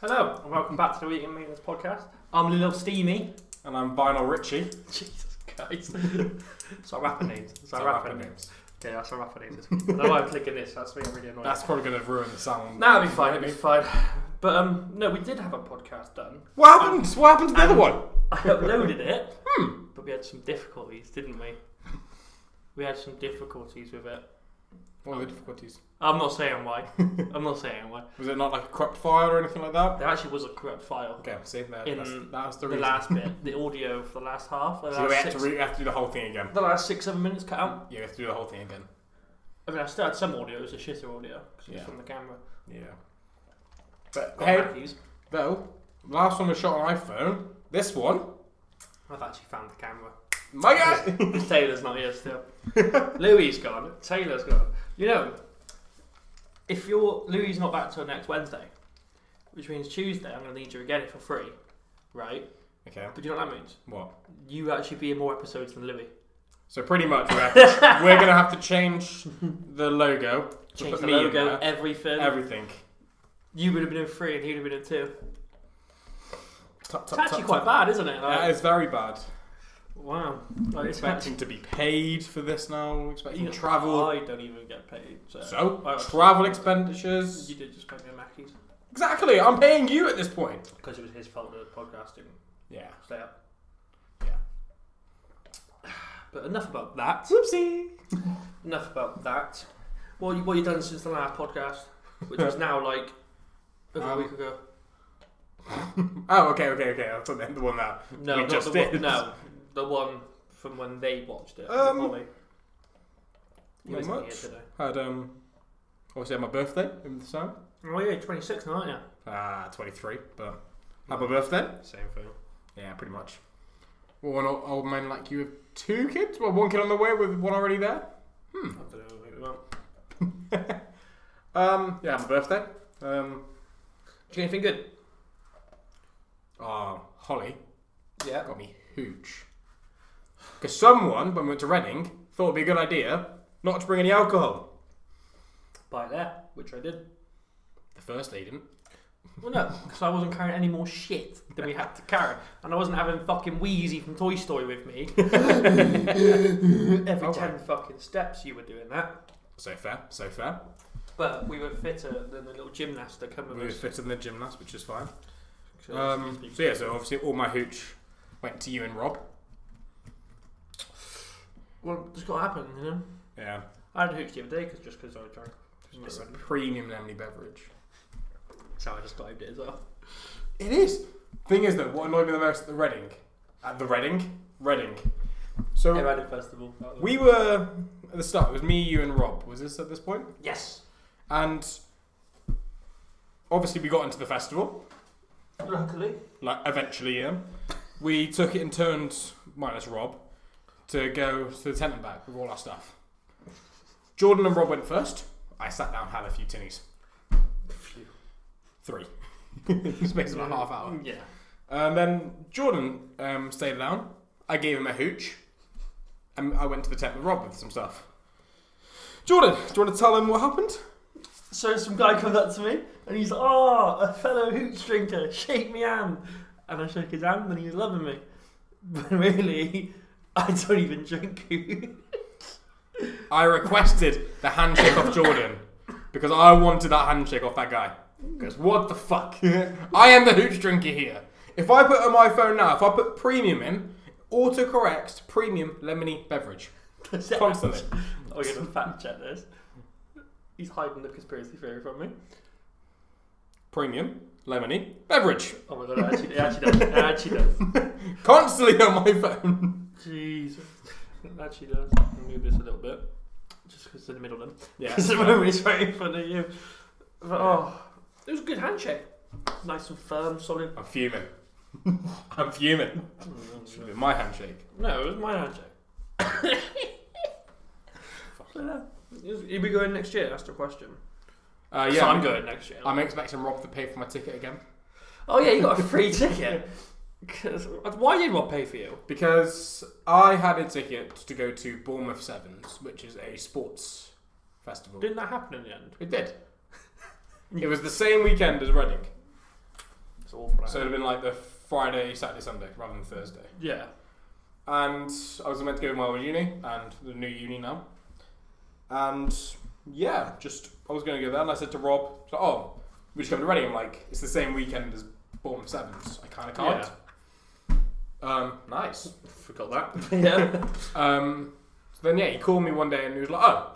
Hello, and welcome back to the Weekend Maintenance Podcast. I'm Lil Steamy. And I'm Vinyl Richie. Jesus Christ. it's our rapper names. It's our So rapper rapid names. names. Yeah, that's our rapper names. I don't know why I'm clicking this, that's being really annoying. That's probably going to ruin the sound. No, it'll be fine, it'll be fine. But um, no, we did have a podcast done. What happened? What happened to the other one? I uploaded it, Hmm. but we had some difficulties, didn't we? We had some difficulties with it. What are the difficulties? I'm not saying why. I'm not saying why. Was it not like a corrupt file or anything like that? There actually was a corrupt file. Okay, see, that, In that's, that was the The reason. last bit, the audio for the last half, the so we last, have to, six, re- we have to do the whole thing again. the last six, seven minutes cut out. Yeah, we have to do the whole thing again. I mean, I still had some audio. It was a shitter audio 'cause it was Yeah. from the camera. Yeah. But Hey. Matthews, Though, last one was shot on iPhone. This one, I've actually found the camera. my God! Taylor's not here still. Louis's gone. Taylor's gone. You know, if you're Louis's not back till next Wednesday, which means Tuesday, I'm going to need you again for free, right? okay, But do you know what that means? what? You actually be in more episodes than Louis. So pretty much we have to, we're going to have to change the logo. to Change put the me in logo, there. everything. Everything. you would have been in three, and he'd have been in two. Tup, It's tup, actually tup, quite tup. bad, isn't it? Uh, Like, That is very bad. wow. Like, it's expecting to be paid for this now. Expecting actually- travel. I don't even get paid. So I- travel expenditures. Oh, You did just pay me a Mackey's. Exactly. I'm paying you at this point. Because it was his fault that the podcast didn't Yeah. stay up. Yeah. But enough about that. Whoopsie. Enough about that. What you, what you done since the last podcast, which was now like over a Um, week ago? Oh, okay, okay, okay. I thought the one that. No, we not just the did. One, no, the one from when they watched it. Um, with Ollie. He not wasn't much. here today. Had um, obviously had my birthday in the summer. Oh yeah, you're 26 now, aren't you? Ah, 23. But had my birthday. Same thing. Yeah, pretty much. Well, an old, old man like you have two kids. Well, one kid on the way with one already there. I don't know. maybe not. Um, yeah, my birthday. Um, Did you do anything good? oh, Holly. Yeah. That got me hooch. Because someone, when we went to Reading, thought it'd be a good idea not to bring any alcohol. By there, which I did. The first day didn't. Well, no, because I wasn't carrying any more shit than we had to carry, and I wasn't having fucking Wheezy from Toy Story with me. Every Alright. ten fucking steps, you were doing that. So fair, so fair. But we were fitter than the little gymnast that come We were with us. fitter than the gymnast, which is fine. So Um, it's- so yeah, so obviously all my hooch went to you and Rob. well, it's got to happen, you know. Yeah, I had a hooch the other day because just because I drank. it's a premium lemony beverage. So I just dived it as well. It is. Thing is though, what annoyed me the most at the Reading, at the Reading, Reading. So Hey, Reading Festival. that was- Um, we were at the start. It was me, you, and Rob. Was this at this point? yes. And obviously we got into the festival. Luckily, like eventually yeah. We took it in turns, minus Rob, to go to the tent and back with all our stuff. Jordan and Rob went first. I sat down, had a few tinnies, three, space of a half hour. Yeah. And then Jordan um, stayed down. I gave him a hooch, and I went to the tent with Rob with some stuff. Jordan, do you want to tell him what happened? So some guy comes up to me and he's like, "Oh, a fellow hooch drinker, shake me hand." And I shook his hand and he was loving me. But really, I don't even drink hooch. I requested the handshake off Jordan because I wanted that handshake off that guy. Because what the fuck? I am the hooch drinker here. If I put on my phone now, if I put premium in, autocorrects premium lemony beverage. Constantly. We're gonna fact check this. He's hiding the conspiracy theory from me. Premium lemony beverage. Oh my god, it actually, it actually does. It actually does. Constantly on my phone. Jesus. It actually does. I'll move this a little bit. Just because it's in the middle then. Yeah. Because at the moment it's right in front of you. But oh, it was a good handshake. Nice and firm, solid. I'm fuming. I'm fuming. Should be my handshake. No, it was my handshake. But, uh, is- You'll be going next year. That's the question. Uh, so yeah, I'm going next year. I'm expecting Rob to pay for my ticket again oh yeah, you got a free ticket. 'Cause- why did Rob pay for you? because I had a ticket to go to Bournemouth Sevens, which is a sports festival. Didn't that happen in the end? It did. it was the same weekend as Reading. So it'd have been like the Friday, Saturday, Sunday rather than Thursday. Yeah. And I was meant to go to my old uni and the new uni now. And yeah, just I was going to go there and I said to Rob, he's like, oh, we just come to Reading. I'm like, it's the same weekend as Bournemouth Sevens. I kind of can't. Um, nice. Forgot that. yeah. Um, so then yeah, he called me one day and he was like, "Oh,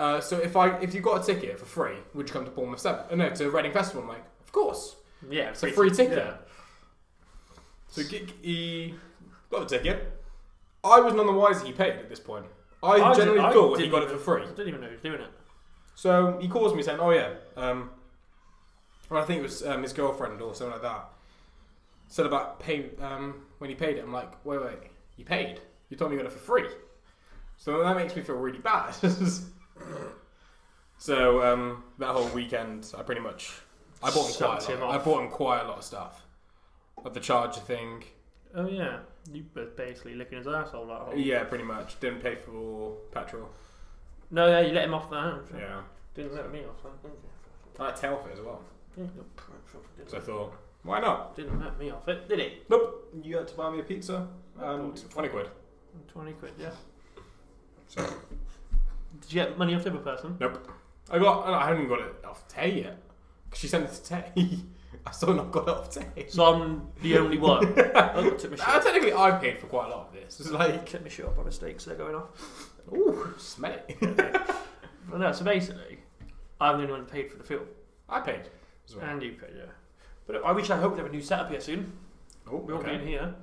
uh, so if I if you got a ticket for free, would you come to Bournemouth Seven? Uh, no, to Reading Festival." I'm like, "Of course." Yeah. It's a free ticket. Yeah. So he- he got the ticket. I was none the wiser he paid at this point. I, I generally did- I thought he didn't got it for even- free. I didn't even know he was doing it. So he calls me saying, "Oh yeah," um, well, I think it was um, his girlfriend or something like that. Said about pay um, when he paid it. I'm like, wait, wait, you paid? You told me you got it for free. So that makes me feel really bad. so um, that whole weekend, I pretty much I bought him Shut quite a him lot. I off. bought him quite a lot of stuff, like the charger thing. Oh yeah. You were basically licking his asshole that whole. Yeah, pretty much. Didn't pay for petrol. No, yeah, you let him off the hand. Yeah, Didn't let me off. the hand, did I like Telford as well. you? So I thought, why not? Didn't let me off it, did he? Nope. You had to buy me a pizza and twenty quid. Twenty quid, yeah. So Did you get money off the other person? nope. I got. I haven't even got it off Tay yet. 'Cause she sent it to Tay. I still not got it off Tay. So I'm the only one. I took my Uh, shit. technically, I paid for quite a lot of this. It's like, took my shit off by mistake, so they're going off. ooh, smell it. Well, no, so basically, I'm the only one who paid for the film, I paid. As well. and you paid, yeah. But I wish I hope they have a new setup here soon. Oh, We won't be in here,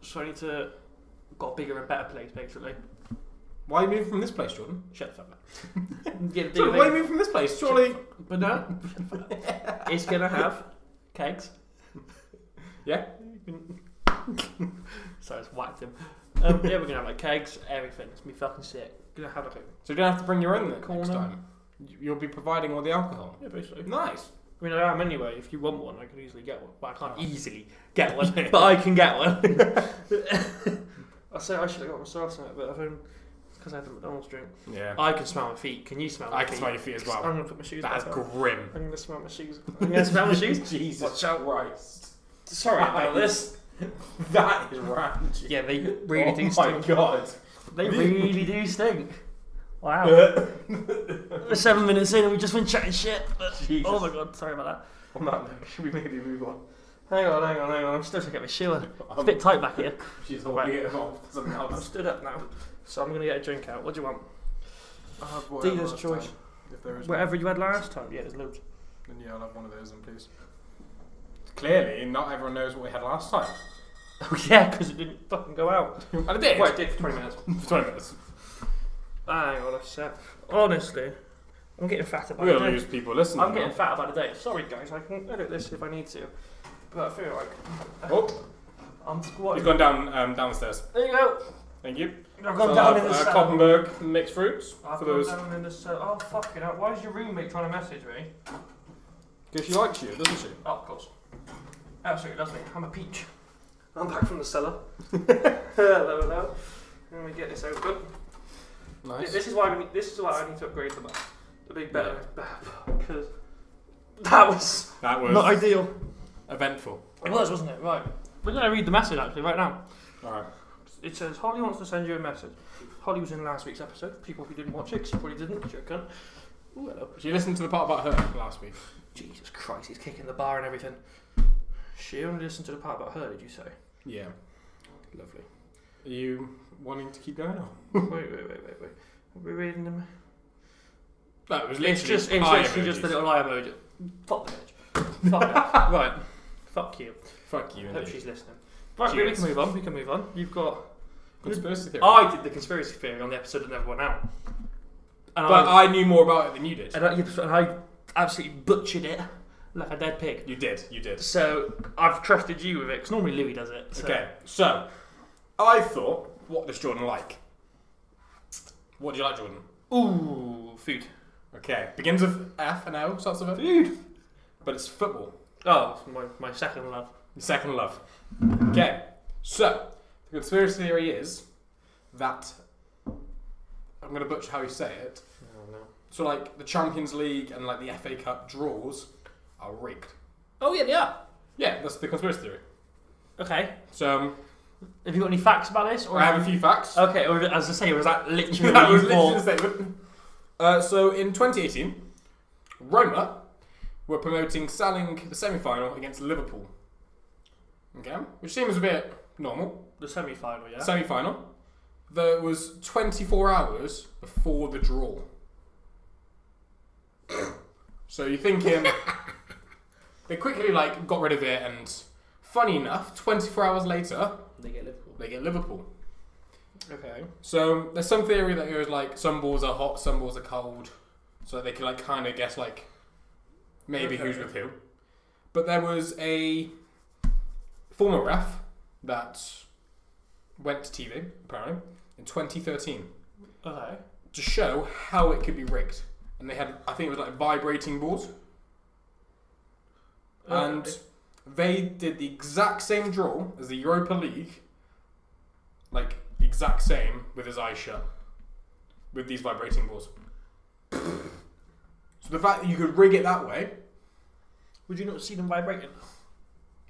so I need to got a bigger and better place basically. Why are you moving from this place, Jordan? Shut the fuck up. Get a bigger Jordan, why are you place. moving from this place? Surely. But no, it's gonna have kegs. Yeah. So I just whacked him. Um, yeah, we're gonna have like kegs, everything. It's me fucking sick. Gonna have like a So you don't have to bring your own then next Corner. time. You- You'll be providing all the alcohol. yeah, basically. Nice. I mean, I am anyway. If you want one, I could easily get one. Well, I can't Oh. easily get one, but I can get one. I say I should have got myself some, but I've only because I had the McDonald's drink. Yeah. I can smell my feet. Can you smell my I feet? can smell your feet as I'm well. gonna put my shoes. That's back on. grim. I'm gonna smell my shoes. I'm gonna smell my shoes. Jesus Watch out. Christ. Sorry about this. That is ranchy. Yeah, they really oh do my stink. god. They really do stink. Wow. Uh, We're seven minutes in and we just been chatting shit. but- Jesus. Oh my god, sorry about on that note, should we maybe move on? that. Hang on, hang on, hang on. I'm still trying to get my shoe on. It's a Um, bit tight back here. she's holding it off for something I'm else. stood up now, so I'm gonna get a drink out. What do you want? I'll have whatever Dealer's last choice. time, If there Whatever you had last time. Yeah, there's loads. then yeah, I'll have one of those then, please. Clearly, not everyone knows what we had last time. Oh yeah, because it didn't fucking go out. and it did. Well, it did for 20 minutes. for 20 minutes. Hang on a sec. Honestly, I'm getting fatter by We're the going to day. lose people listening. I'm now. getting fatter by the day. Sorry guys, I can edit this if I need to, but I feel like Oh, I'm he's squatting. gone down, um, down the stairs. There you go. Thank you. I've So gone I'll down have, in the uh, cell. Koppenberg mixed fruits I've for gone those. down in the cell. Oh fucking hell! Why is your roommate trying to message me? Because she likes you, doesn't she? Oh, of course. Absolutely doesn't it? I'm a peach. I'm back from the cellar. hello, hello. Let me get this open. Nice. This is why we need, this is why I need to upgrade the map. The big better because that was That was not ideal. eventful. It was, wasn't it? Right. We're gonna read the message actually right now. Alright. It says Holly wants to send you a message. Holly was in last week's episode. People who didn't watch it, 'cause you probably didn't. 'cause You're a cunt. Ooh, hello. She listened to the part about her last week. Jesus Christ, he's kicking the bar and everything. She only listened to the part about her, did you say? Yeah. Lovely. Are you wanting to keep going on? wait, wait, wait, wait, wait. Are we reading them? No, it was It's just, it's eye literally just emojis. the little eye emoji. Fuck the bitch. Fuck it. Right. Fuck you. Fuck you. Hope indeed. she's listening. Right, we Cheers. can move on. We can move on. You've got. Conspiracy theory. I did the conspiracy theory on the episode of Never Went Out. And but I, I knew more about it than you did. and I, and I absolutely butchered it like a dead pig. You did. You did. So I've trusted you with it because normally Louis does it. So. Okay. So, I thought, what does Jordan like? What do you like, Jordan? Ooh, food. Okay. Begins with F and L, starts with food. But it's football. Oh, my, my second love. Your second love. Okay. So, the conspiracy theory is that I'm going to butcher how you say it. Oh, no. So like the Champions League and like the FA Cup draws are rigged. oh yeah, they are. Yeah, that's the conspiracy theory. Okay. So um, Have you got any facts about this? Or I have a few facts. Okay, or as I say, was that literally that was Oh, you literally the thought- statement. Uh, so in 2018, Roma were promoting selling the semi-final against Liverpool. Okay, which seems a bit normal. the semi-final? Yeah. Semi-final. Though it was 24 hours before the draw. so you're thinking they quickly like got rid of it, and funny enough, 24 hours later they get Liverpool. they get Liverpool. Okay. So there's some theory that goes like some balls are hot, some balls are cold, so they can like kind of guess like maybe Okay. who's with who. But there was a former ref that went to TV apparently in 2013 Okay. to show how it could be rigged, and they had I think it was like vibrating balls, and Oh, Okay. they did the exact same draw as the Europa League, like the exact same with his eyes shut, with these vibrating balls. so the fact that you could rig it that way, would you not see them vibrating?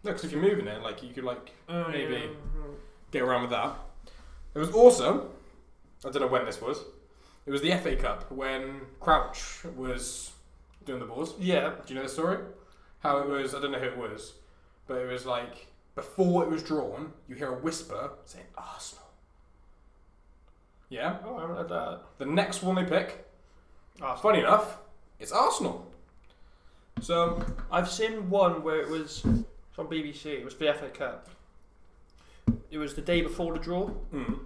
no, 'cause if you're moving it, like you could like Oh, Uh, Maybe. yeah. Mhm. get around with that. It was also, I don't know when this was, it was the FA Cup when Crouch was doing the balls. Yeah. Do you know the story? How it was, I don't know who it was, but it was like before it was drawn, you hear a whisper saying Arsenal. Yeah? Oh, I haven't had that. The next one they pick, Ah, funny enough, it's Arsenal. So, I've seen one where it was it's on BBC. It was for the FA Cup. It was the day before the draw. mm,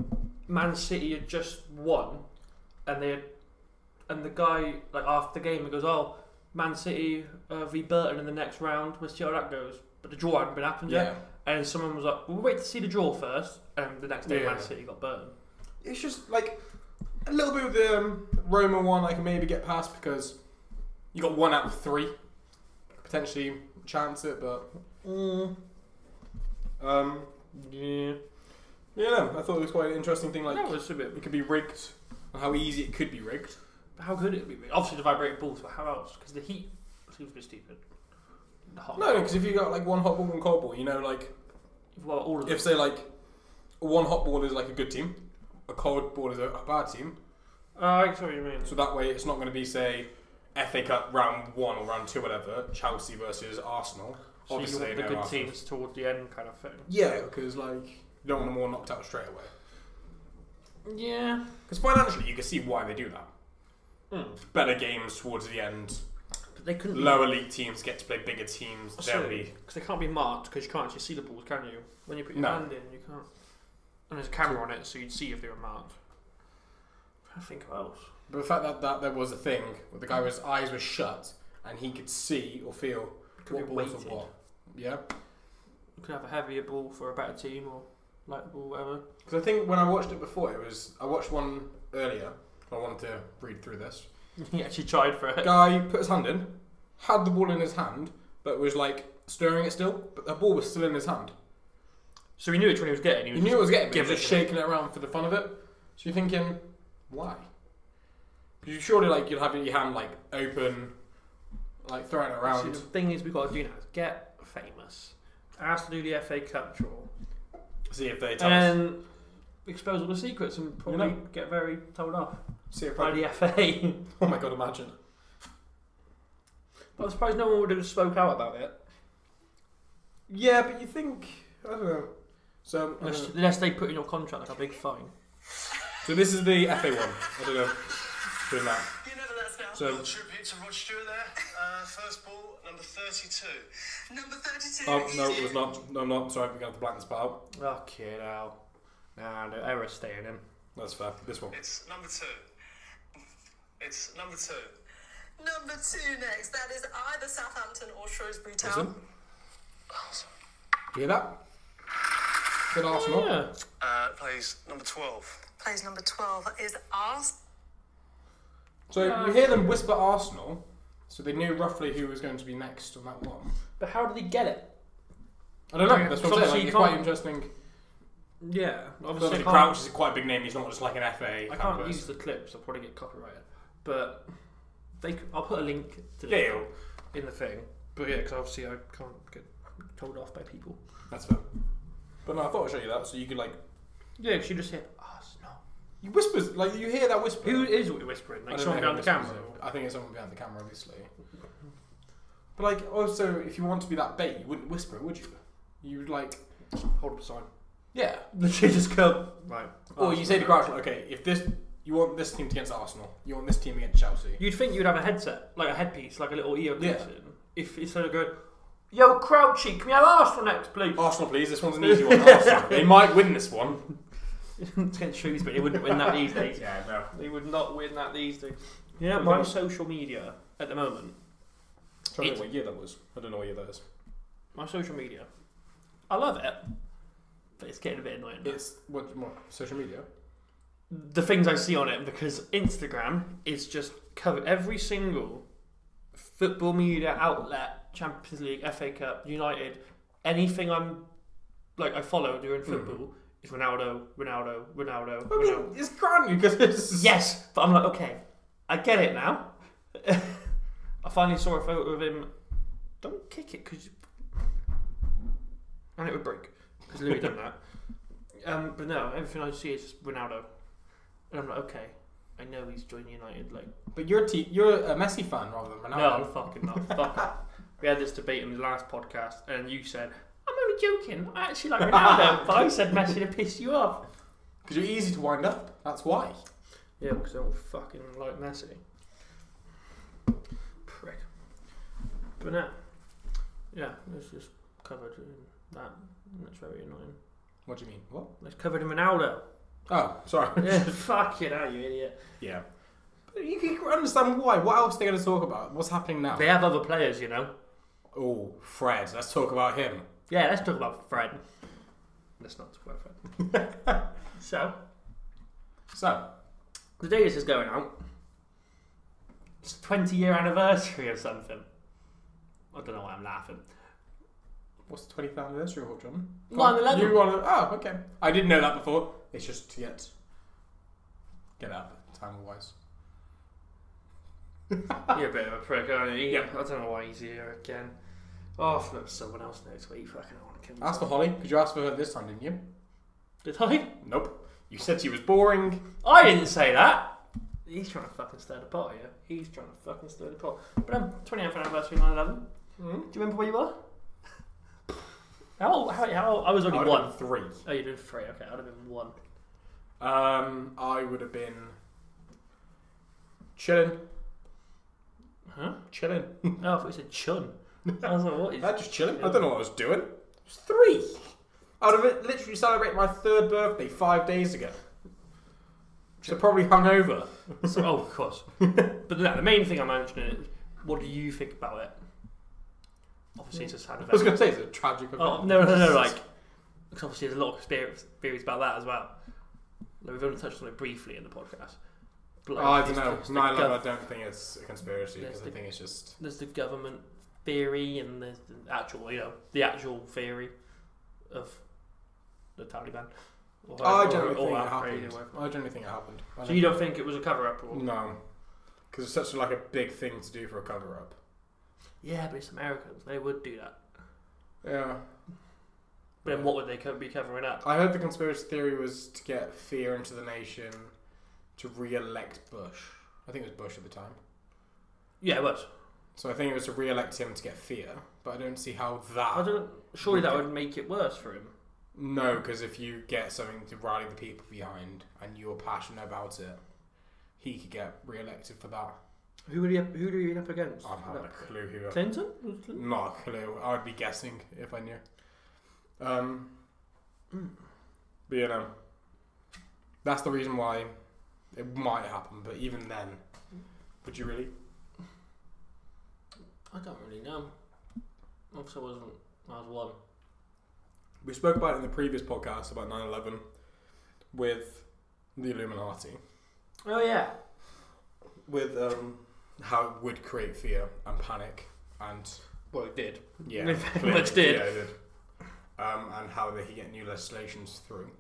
Man City had just won, and they had, and the guy like after the game he goes, "Oh, Man City uh, v Burton in the next round. We'll see how that goes." But the draw hadn't been happened yet, yeah. and someone was like, "We'll wait to see the draw first. And the next day, Yeah. Man City got Burton. It's just like a little bit of the um, Roma one I can maybe get past because you got one out of three. Potentially chance it, but. mm, um, Yeah, yeah, I thought it was quite an interesting thing. Like, that was a bit. it could be rigged, and how easy it could be rigged. How could it be? Obviously, the vibrating balls, but how else? Because the heat seems a bit stupid. The hot. No, because if you got like one hot ball and cold ball, you know, like well, all of them. if say like one hot ball is like a good team, a cold ball is a, a bad team. Oh, I see what you mean. So that way, it's not going to be say FA Cup round one or round two, whatever. Chelsea versus Arsenal. So obviously, you want the no good Arsenal. teams toward the end, kind of thing. Yeah, because like you don't want them all knocked out straight away. Yeah. Because financially, you can see why they do that. Mm. Better games towards the end. But they couldn't. Lower league teams get to play bigger teams. They'll be because they can't be marked because you can't actually see the balls, can you? When you put your No. hand in, you can't. And there's a camera on it, so you'd see if they were marked. I think what else. But the fact that, that there was a thing where the guy was eyes were shut and he could see or feel Could what be balls weighted. were what. Yeah. You could have a heavier ball for a better team or light ball, whatever. Because I think when I watched it before, it was I watched one earlier. I wanted to read through this. he actually tried for it. Guy put his hand in, had the ball in his hand, but was like stirring it still. But the ball was still in his hand. So he knew which one he was getting. He He was knew it was getting, but he give was just it to me. shaking it around for the fun of it. So you're thinking, why? 'Cause you surely like you'll have your hand like open, like throwing it See, around. the thing is, we've got to do now is get famous. Ask to do the FA Cup draw. See if they tell us. And expose all the secrets and probably know. get very told off See if by I the FA. Oh my god, imagine. but I suppose no one would have spoke out about it. Yeah, but you think I don't know. So I don't Unless, know. unless they put in your contract like a big fine. so this is the FA one. I don't know. Doing that. You never let us down. So Tribute to Rod Stewart there. Uh, first ball, number 32. Number 32. oh no, it was not. No, I'm not. Sorry, we're gonna have to blank this part out. Okay, now. Nah, no error staying in. That's fair. This one. It's number two. It's number two. Number two next. That is either Southampton or Shrewsbury Listen. Town. Do you hear that? Good Arsenal. Yeah. Uh, plays number 12. Plays number 12 is Arsenal. So you hear them whisper Arsenal, so they knew roughly who was going to be next on that one. But how did they get it? I don't know. Yeah, That's what I'm saying. obviously Like, you it's quite can't- interesting. Yeah, obviously. Obviously, I Crouch can't, is quite a big name. He's not just like an FA. I can't use the clips, I'll probably get copyrighted. But they, c- I'll put a link to the Yeah. in the thing. But yeah, because obviously I can't get told off by people. That's fair. But no, I thought I'd show you that so you could like. Yeah, she just said, "Ah, it's not." You whispers like you hear that whisper. Who is whispering? I Like don't someone know who behind the whispers camera. it. I think it's someone behind the camera, obviously. But like, also, if you want to be that bait, you wouldn't whisper, would you? You would like, Hold up a sign. yeah. She just go right. Or you say to Crouch, like, okay, if this, you want this team against Arsenal, you want this team against Chelsea. You'd think you'd have a headset, like a headpiece, like a little ear Yeah. cushion. If instead of going, "Yo, Crouchy, can we have Arsenal next, please?" Arsenal, please. This one's an easy one. Arsenal. They might win this one. it's against Shrewsbury. They wouldn't win that these days. Yeah, no. They would not win that these days. You know, my social media at the moment, Trying to It- think what year that was. I don't know what year that is. my social media, I love it, but it's getting a bit annoying. now. It's what, what social media. the things I see on it because Instagram is just covered every single football media outlet, Champions League, FA Cup, United, anything I'm like I follow during football is Ronaldo, Ronaldo, Ronaldo, Hmm. I mean, Ronaldo. it's grand because it's Yes, but I'm like, okay, I get it now. I finally saw a photo of him. Don't kick it, cause you... and it would break because Louis done that. Um, but no, everything I see is just Ronaldo, and I'm like, okay, I know he's joined United. Like, But you're a te- you're a Messi fan rather than no, Ronaldo. fucking not. Fuck off. We had this debate in the last podcast, and you said. I'm only joking. I actually like Ronaldo, but I said Messi to piss you off. Because you're easy to wind up. That's why. Yeah, because I don't fucking like Messi. Prick. But no. Yeah, it's just covered in that. and That's very annoying. What do you mean? What? It's covered in Ronaldo. Oh, sorry. Yeah, fucking hell, you idiot. Yeah. But you can understand why. What else are they going to talk about? What's happening now? They have other players, you know. Oh, Fred. Let's talk about him. Yeah, let's talk about Fred. Let's not talk about Fred. so, So, the day this is going out, it's a 20 year anniversary or something. I don't know why I'm laughing. what's the 20th anniversary of what, John? 9/11. You want to, oh, okay. I didn't know that before. It's just to get get up time wise. You're a bit of a prick, aren't you? Yeah. I don't know why he's here again. Oh, I've looked someone else next week. Fucking, I want to kill Ask myself. for Holly. Could you ask for her this time, didn't you? Did I? Nope. You said she was boring. I didn't say that. He's trying to fucking stir the pot here. He's trying to fucking stir the pot. But um, 20th anniversary 9 11. Do you remember where you were? Mm-hmm. How old? How, how old? I was only I would've one. been Three. Oh, you did three. Okay, I'd have been one. Um, I would have been chilling, Huh? chilling. Oh, I thought you said chun. I was like, what is. Not just chilling. I don't know what I was doing. It was three. I'd have literally celebrated my third birthday five days ago. So probably hungover. So, oh, of course. but no, the main thing I'm mentioning is what do you think about it? Obviously, it's a sad event. I was going to say it's a tragic event. Oh no, no, no! Like, 'cause obviously there's a lot of conspiracy theories about that as well. Like, we've only touched on it briefly in the podcast. But, like, I don't there's- know. there's the Nine eleven. I gov- don't think it's a conspiracy There's because I the- think it's just There's the government theory, and there's the actual, you know, the actual theory of the Taliban. Or, I or- don't or think it Al-Qaeda, happened. whatever. I don't think it happened. I So you don't think it was a cover-up? Or... No, because it's such like a big thing to do for a cover up. Yeah, but it's Americans. They would do that. Yeah, But then what would they co- be covering up? I heard the conspiracy theory was to get fear into the nation to re-elect Bush. I think it was Bush at the time. Yeah, it was. So I think it was to re-elect him to get fear. But I don't see how I that. don't. Surely that would make it worse for him. No, because if you get something to rally the people behind and you're passionate about it, he could get re-elected for that. Who would he? Who would he be up against? I have a clue who. Clinton? Not a clue. I would be guessing if I knew. Um, but you know, that's the reason why it might happen. But even then, would you really? I don't really know. Obviously, I wasn't. I was one. We spoke about it in the previous podcast about 9/11 with the Illuminati, Oh yeah. with um, how it would create fear and panic, and Well, it did. yeah, It very clearly, much did. Yeah, it did. Um, and how they could get new legislations through.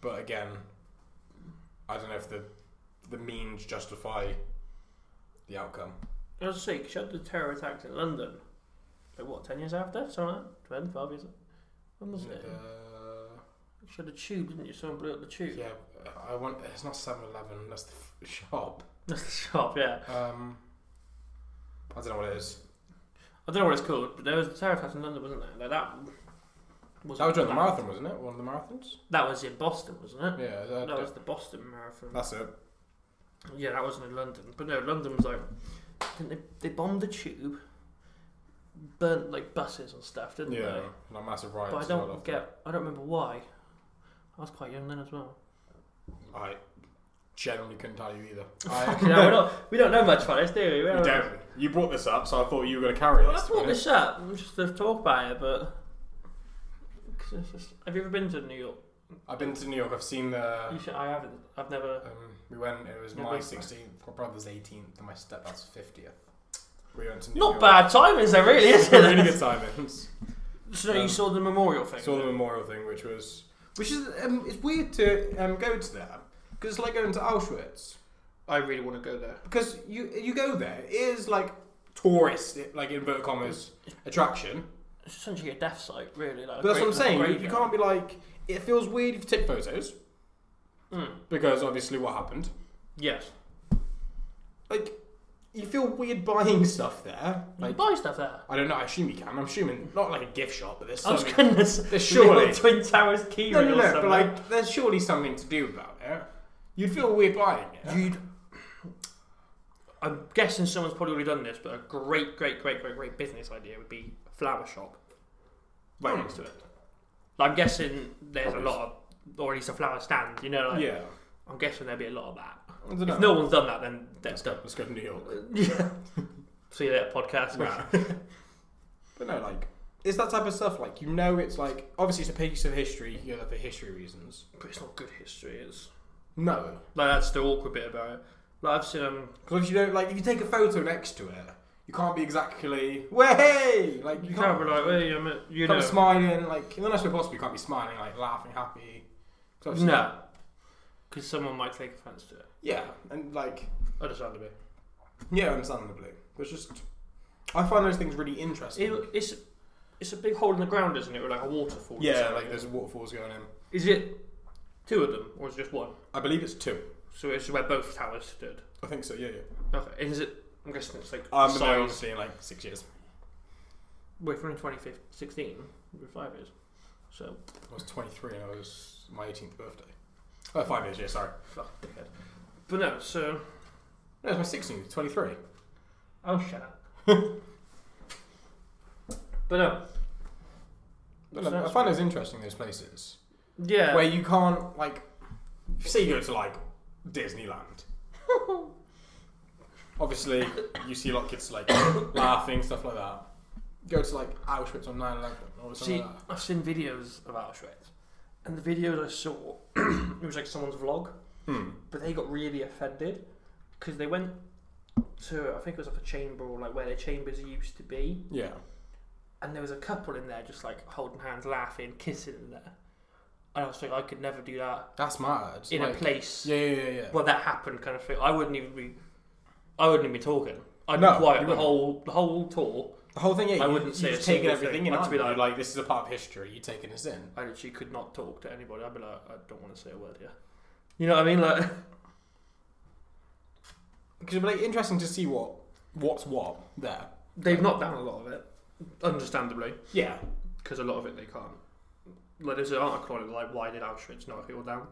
But again, I don't know if the the means justify the outcome. I was sick. She had the terror attacks in London. like what, 10 years after? Something like that? 10, 12 years? When was it? Uh, You had a tube, didn't you? Someone blew up the tube. yeah, I want. It's not 7-Eleven. That's the f- shop. That's the shop, yeah. Um, I don't know what it is. I don't know what it's called, but there was a terror attack in London, wasn't there? Like that was That was during the marathon, wasn't it? One of the marathons. That was in Boston, wasn't it? Yeah, that- That was the Boston Marathon. that's it. Yeah, that wasn't in London. But no, London was like, didn't they, they bombed the tube, burnt like buses and stuff, didn't Yeah, they? like massive riots. But I as well don't after. get, I don't remember why. I was quite young then as well. I generally couldn't tell you either. You know, we're not, we don't know much about this, do we? We You don't- don't. You brought this up, so I thought you were going to carry Well, this. I to brought be this up just to talk about it, but 'cause it's just, have you ever been to New York? honest. I've been to New York. I've seen You the. should. I haven't. I've never. Um, we went. It was Yeah, my we- 16th, my brother's 18th, and my stepdad's 50th. We went to New Not York. bad timing, is there really? Is it? really good timings. So you Um, saw the memorial thing. Saw the memorial thing, which was, which is, um, it's weird to um, go to there because it's like going to Auschwitz. I really want to go there. because you you go there it is like tourist like inverted commas attraction It's essentially a death site, really. Like a but that's what great- i'm saying great you, you can't be like it feels weird if you take photos Mm. because obviously what happened Yes. like you feel weird buying stuff there You like buy stuff there. i don't know i assume you can i'm assuming not like a gift shop but there's I was something gonna say, there's surely Twin Towers key no ring no or no something. but like there's surely something to do about it you'd feel weird buying it you'd. I'm guessing someone's probably already done this, but a great, great, great, great, great business idea would be a flower shop right Hmm. next to it. Like, I'm guessing there's a lot of, or at least a flower stand. You know, like, yeah I'm guessing there'd be a lot of that. I don't know. If no one's done that, then that's done. let's go to new york Yeah. See you later, podcast. but no, like it's that type of stuff. Like you know, it's like obviously it's a piece of history. You're there for history reasons. But it's not good history. It's No, like that's the awkward bit about it. Like I've seen um, because if you don't like, if you take a photo next to it, you can't be exactly way like you, you can't can't, be like, hey, I'm at- you you can't know, be smiling like in the nice way possible. You can't be smiling like laughing, happy. 'Cause obviously- no, because someone might take offence to it. Yeah, and like Understandably, yeah, understandably, but it's just I find those things really it, interesting. it's it's a big hole in the ground, isn't it? With like a waterfall. or yeah, something. like there's waterfalls going in. is it two of them or is it just one? I believe it's two. So it's where both towers stood. I think so. Yeah, yeah. Okay, is it? I'm guessing it's like I'm there size. obviously in like six years. We're from 2016, we're five years. So I was 23 and I was my 18th birthday. Oh, five years, yeah, sorry. fuck dickhead. But no, so. No, it's my 16th, 23. Oh, shut up. but no. But So no, I that's- find those interesting, those places. yeah. Where you can't, like, say you go to, like, Disneyland. Obviously, you see a lot of kids, like, laughing, stuff like that. Go to, like, Auschwitz on 9 11 or something See, like that. I've seen videos of Auschwitz, and the videos I saw, it was like someone's vlog, Hmm. but they got really offended because they went to, I think it was like a chamber or like where their chambers used to be, Yeah. and there was a couple in there just like holding hands, laughing, kissing in there. And I was thinking, I could never do that That's mad. in Like, a place Yeah, yeah, yeah. yeah. where that happened, kind of thing. I wouldn't even be, I wouldn't even be talking. I'd No, be you quiet the wouldn't. whole the whole tour. The whole thing, yeah, I you, wouldn't say you've a taken single everything thing. in. I'd aren't be you? like- like, this is a part of history, you're taking this in. I literally could not talk to anybody. I'd be like, I don't want to say a word here. You know what I mean? Like, Because it'd be like, interesting to see what what's what there. they've knocked down a lot of it, understandably, Yeah. because a lot of it they can't. Like, there's an article on it, like, why did Auschwitz knock people down?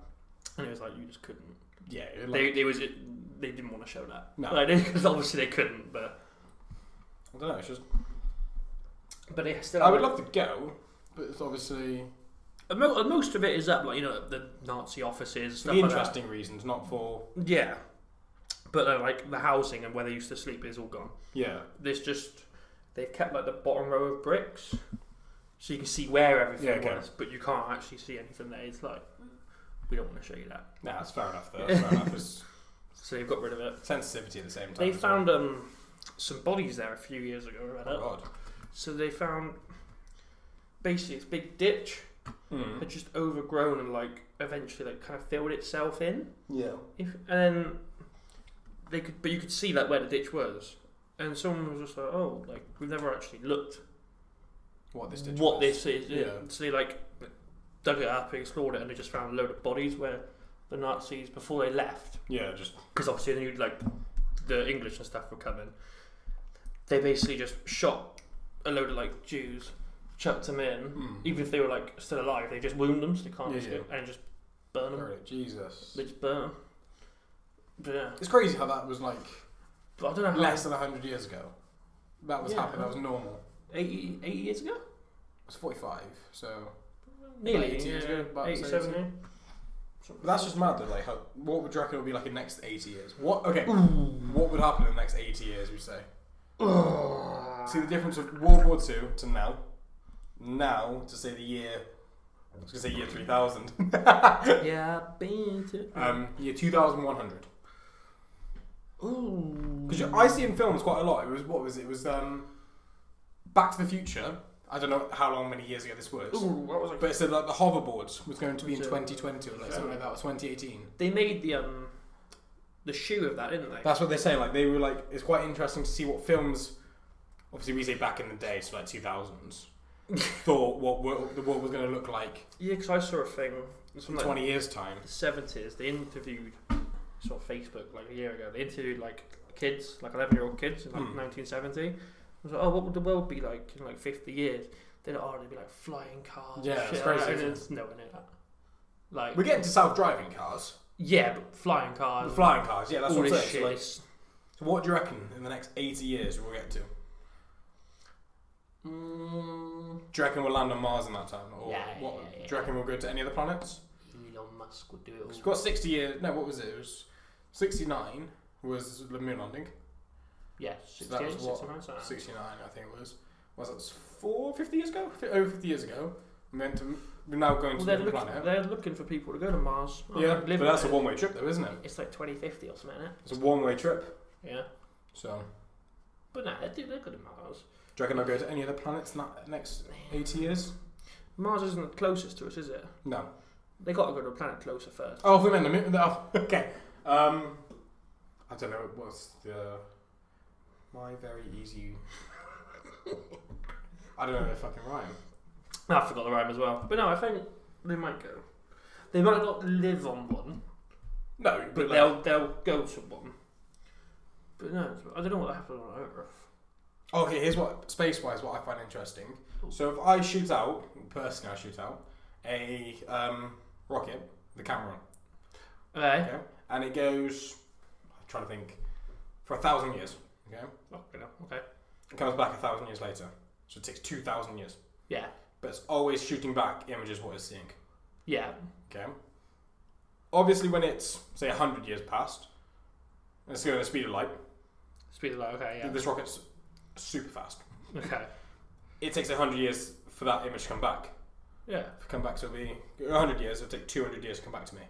And it was like, you just couldn't. Yeah. it'd they, Like, they was they didn't want to show that. No. Like, they, 'cause obviously they couldn't, but I don't know. It's just. but they still. I would love to go, but it's obviously And mo- and most of it is up, like you know, the Nazi offices, for stuff the like that. interesting reasons, not for Yeah, but uh, like the housing and where they used to sleep is all gone. yeah. there's just they've kept like the bottom row of bricks so you can see where everything Yeah, okay. was but you can't actually see anything there it's like we don't want to show you that Nah, that's fair enough. Though. That's fair enough. It's so they've got rid of it sensitivity at the same time. they as well. found um some bodies there a few years ago I read Oh it. god. so they found basically this big ditch Mm. had just overgrown and like eventually like kind of filled itself in Yeah. if and then they could but you could see like where the ditch was and someone was just like oh like we've never actually looked What this did. what to us. this is. Yeah. So they like dug it up, explored it, and they just found a load of bodies where the Nazis before they left, Yeah, just because obviously they knew like the English and stuff were coming. They basically just shot a load of like Jews, chucked them in, Hmm. even if they were like still alive. They just wound them so they can't Yeah, escape, and just burn them. Alright, Jesus. They just burn them. But yeah, It's crazy how that was like but I don't know how less than hundred years ago. That was Yeah. happening. That was normal. 80, 80 years ago, It's forty-five, so nearly 80 years yeah, ago, about 87 80. yeah. But that's just mad. Though, like, how, what would you reckon would be like in the next eighty years? What? Okay, what would happen in the next eighty years? We say. See the difference of World War Two to now. Now to say the year, I was gonna say year three thousand. Yeah, I've been to. um, year two thousand one hundred. Ooh. Because I see in films quite a lot. It was what was it? It was um, Back to the Future. I don't know how long many years ago this was. Ooh, what was I But it said like the hoverboards was going to be in Was it- 2020 or like something like that, or 2018. They made the um the shoe of that, didn't they? That's what they say. Like they were like, it's quite interesting to see what films. Obviously, we say back in the day, so like 2000s, thought what world, the world was going to look like yeah, because I saw a thing it's in from like 20 years' time. the seventies. They interviewed sort of Facebook like a year ago. They interviewed like kids, like eleven year old kids in like Hmm. nineteen seventy. was like, oh, what would the world be like in like fifty years? They're like, oh, they'd be like flying cars. Yeah, shit it's like that, crazy, and isn't it? it's nowhere near that. Like We're getting to self-driving cars, yeah, but flying cars, flying cars. Yeah, that's all what I'm this saying. shit. So, like, is- so what do you reckon in the next 80 years we'll get to? Mm, do you reckon we'll land on Mars in that time, or Yeah, what? yeah, yeah. Do you reckon we'll go to any other planets? Elon Musk would do It's it all. got 60 years. No, what was it? It was 69 was the moon landing. Yeah, So that 68, was what? 69, something like that. 69, I think it was. Was it four, 50 years ago? Fi- Over 50 years ago. And then to, we're now going Well, to they're, the other looking, planet. they're looking for people to go to Mars. Oh, yeah, live but on that's a it. one way trip, though, isn't it? It's like 2050 or something, isn't It's a one way trip. it? Yeah. So, But nah, they're, they're good at Mars. do you reckon I'll go to any other planets in that next 80 years? Mars isn't the closest to us, is it? No. They got to go to a planet closer first. Oh, if we meant the moon. Oh, okay. Um, I don't know what's the. My very easy. I don't know the fucking rhyme. No, I forgot the rhyme as well. But no, I think they might go. They might not live on one, No, but they'll they'll go to one. But no, I don't know what happened on Earth. Okay, here's what space wise what I find interesting. So if I shoot out, personally I shoot out a um, rocket, the camera, Okay. okay, and it goes. I'm trying to think for a thousand years. Okay, Fucking hell, Oh, Okay. it comes back a thousand years later, so it takes two thousand years. Yeah. But it's always shooting back images what it's seeing. Yeah. Okay. Obviously, when it's say hundred years past, let's go at the speed of light. Speed of light. Okay. Yeah. This rocket's super fast. Okay. It takes hundred years for that image to come back. Yeah. come back to me 100 years it'll take 200 years to come back to me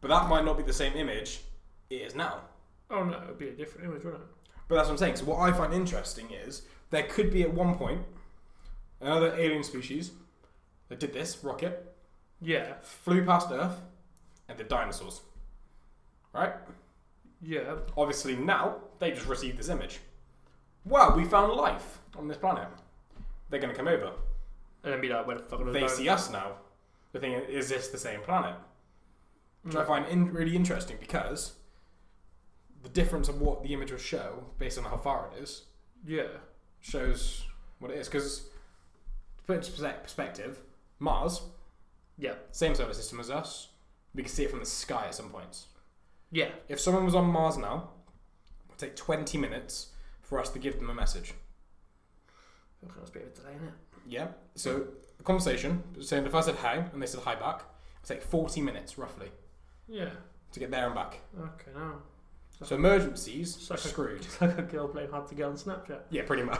but that might not be the same image it is now Oh no, it'd be a different image, wouldn't it? but that's what i'm saying so what i find interesting is there could be at one point another alien species that did this rocket Yeah. flew past earth and the dinosaurs right Yeah. obviously now they just received this image wow we found life on this planet they're going to come over And then be like, where the fuck are the they dinosaurs? see us now. The thing is, is this the same planet? Which I find in, really interesting because the difference of what the image will show, based on how far it is, Yeah. shows what it is. Because to put it into perse- perspective, Mars, Yeah. same solar system as us, we can see it from the sky at some points. Yeah. If someone was on Mars now, it would take 20 minutes for us to give them a message. Fucking that's a bit of a delay, innit? Yeah. So, a conversation, saying if I said hi and they said hi back, it would take 40 minutes roughly Yeah. to get there and back. Okay, now. So emergencies Suck it. screwed. It's like a girl playing hard to get on Snapchat. Yeah, pretty much.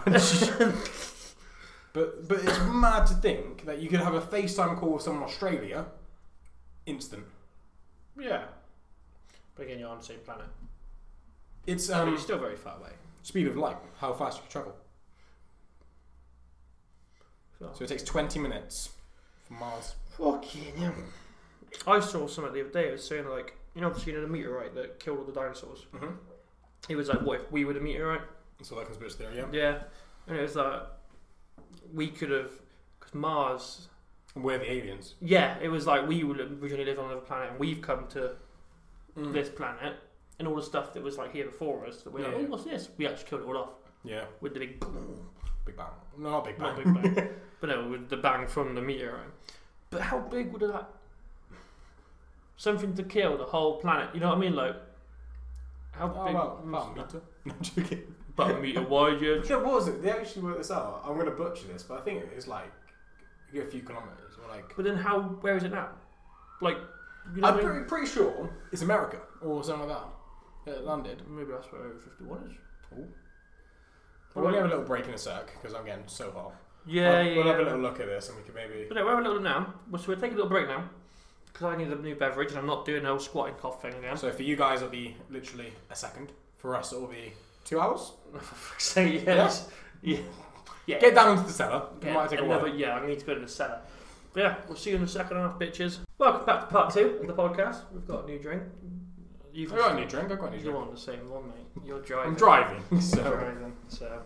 but but it's mad to think that you could have a FaceTime call with someone in Australia, instant. Yeah. But again, you're on the same planet. It's but um you're still very far away. speed of light, how fast you can travel. So. So it takes twenty minutes from Mars. Fucking yeah. I saw something the other day. It was saying, like, you know, obviously, you know, the meteorite that killed all the dinosaurs. Mhm. It was like, what if we were the meteorite? So that conspiracy theory, yeah. Yeah. And it was like, we could have because Mars. We're the aliens. Yeah, it was like we would have originally lived on another planet, and we've come to Mm. this planet, and all the stuff that was like here before us that we're like, Yeah. oh, what's this? We actually killed it all off Yeah. with the big, Big Bang. No, not Big Bang. not big bang, but no, with the bang from the meteorite. But how big would it like something to kill the whole planet? You know what I mean? Like how Oh, big? well, must- about a meter. No, I'm joking. about a meter wide, yeah. Sure, what was it? They actually worked this out. I'm going to butcher this, but I think it was like a few kilometers or like. But then how? Where is it now? Like, you know, I'm what I pretty, mean? pretty sure it's America or something like that. It landed. maybe that's where Area 51 is. But we'll have a little break in a sec because I'm getting so hot. Yeah, I'll- yeah. We'll have a yeah. little look at this and we can maybe. But no, we're having a little now. Well, So we'll take a little break now because I need a new beverage and I'm not doing the old squatting cough thing again. So for you guys, it'll be literally a second. For us, it'll be two hours. so yes, yeah, yeah. Get down into the cellar. It Yeah, might take a another, while. yeah, I need to go to the cellar. But yeah, we'll see you in the second half, bitches. Welcome back to part two of the podcast. We've got a new drink. You've I got a new drink. I got a new you drink. want the same one, mate. You're driving. I'm driving, so driving. So,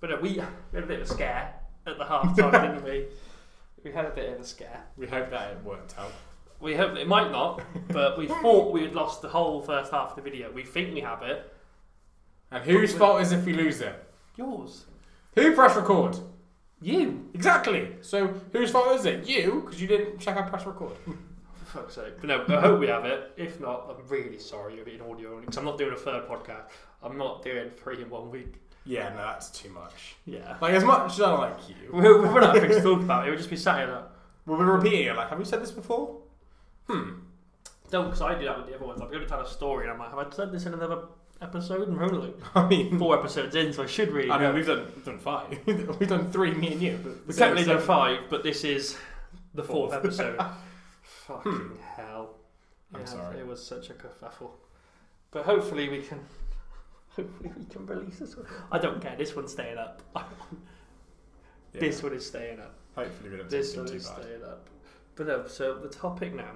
but uh, we, we had a bit of a scare at the half time, didn't we? We had a bit of a scare. we hope that it worked out. We hope it might not, but we thought we had lost the whole first half of the video. We think we have it. And whose fault is if we lose it? Yours. Who press record? You. Exactly. So whose fault is it? You, because you didn't check I press record. For fuck's sake. But no, I hope we have it. If not, I'm really sorry you're being audio only because I'm not doing a third podcast. I'm not doing three in one week. Yeah, no, that's too much. Yeah. Like as much as I like you, We're, we're not having to talk about it. It would just be sat here like, we'll be repeating it. Like, have we said this before? Hmm. don't, because I do that with the other ones. I'm going to tell a story and I'm like, have I said this in another episode? And we're only like I mean, four episodes in, so I should really. I know. mean, we've done we've done five. we've done three, me and you. But We technically done five, but this is the fourth Fourth. episode. Fucking hell. I'm sorry. It was such a kerfuffle. But hopefully we can. Hopefully we can release this one. I don't care. This one's staying up. Yeah. This one is staying up. Hopefully, we don't do This too one is bad. staying up. But no, so the topic now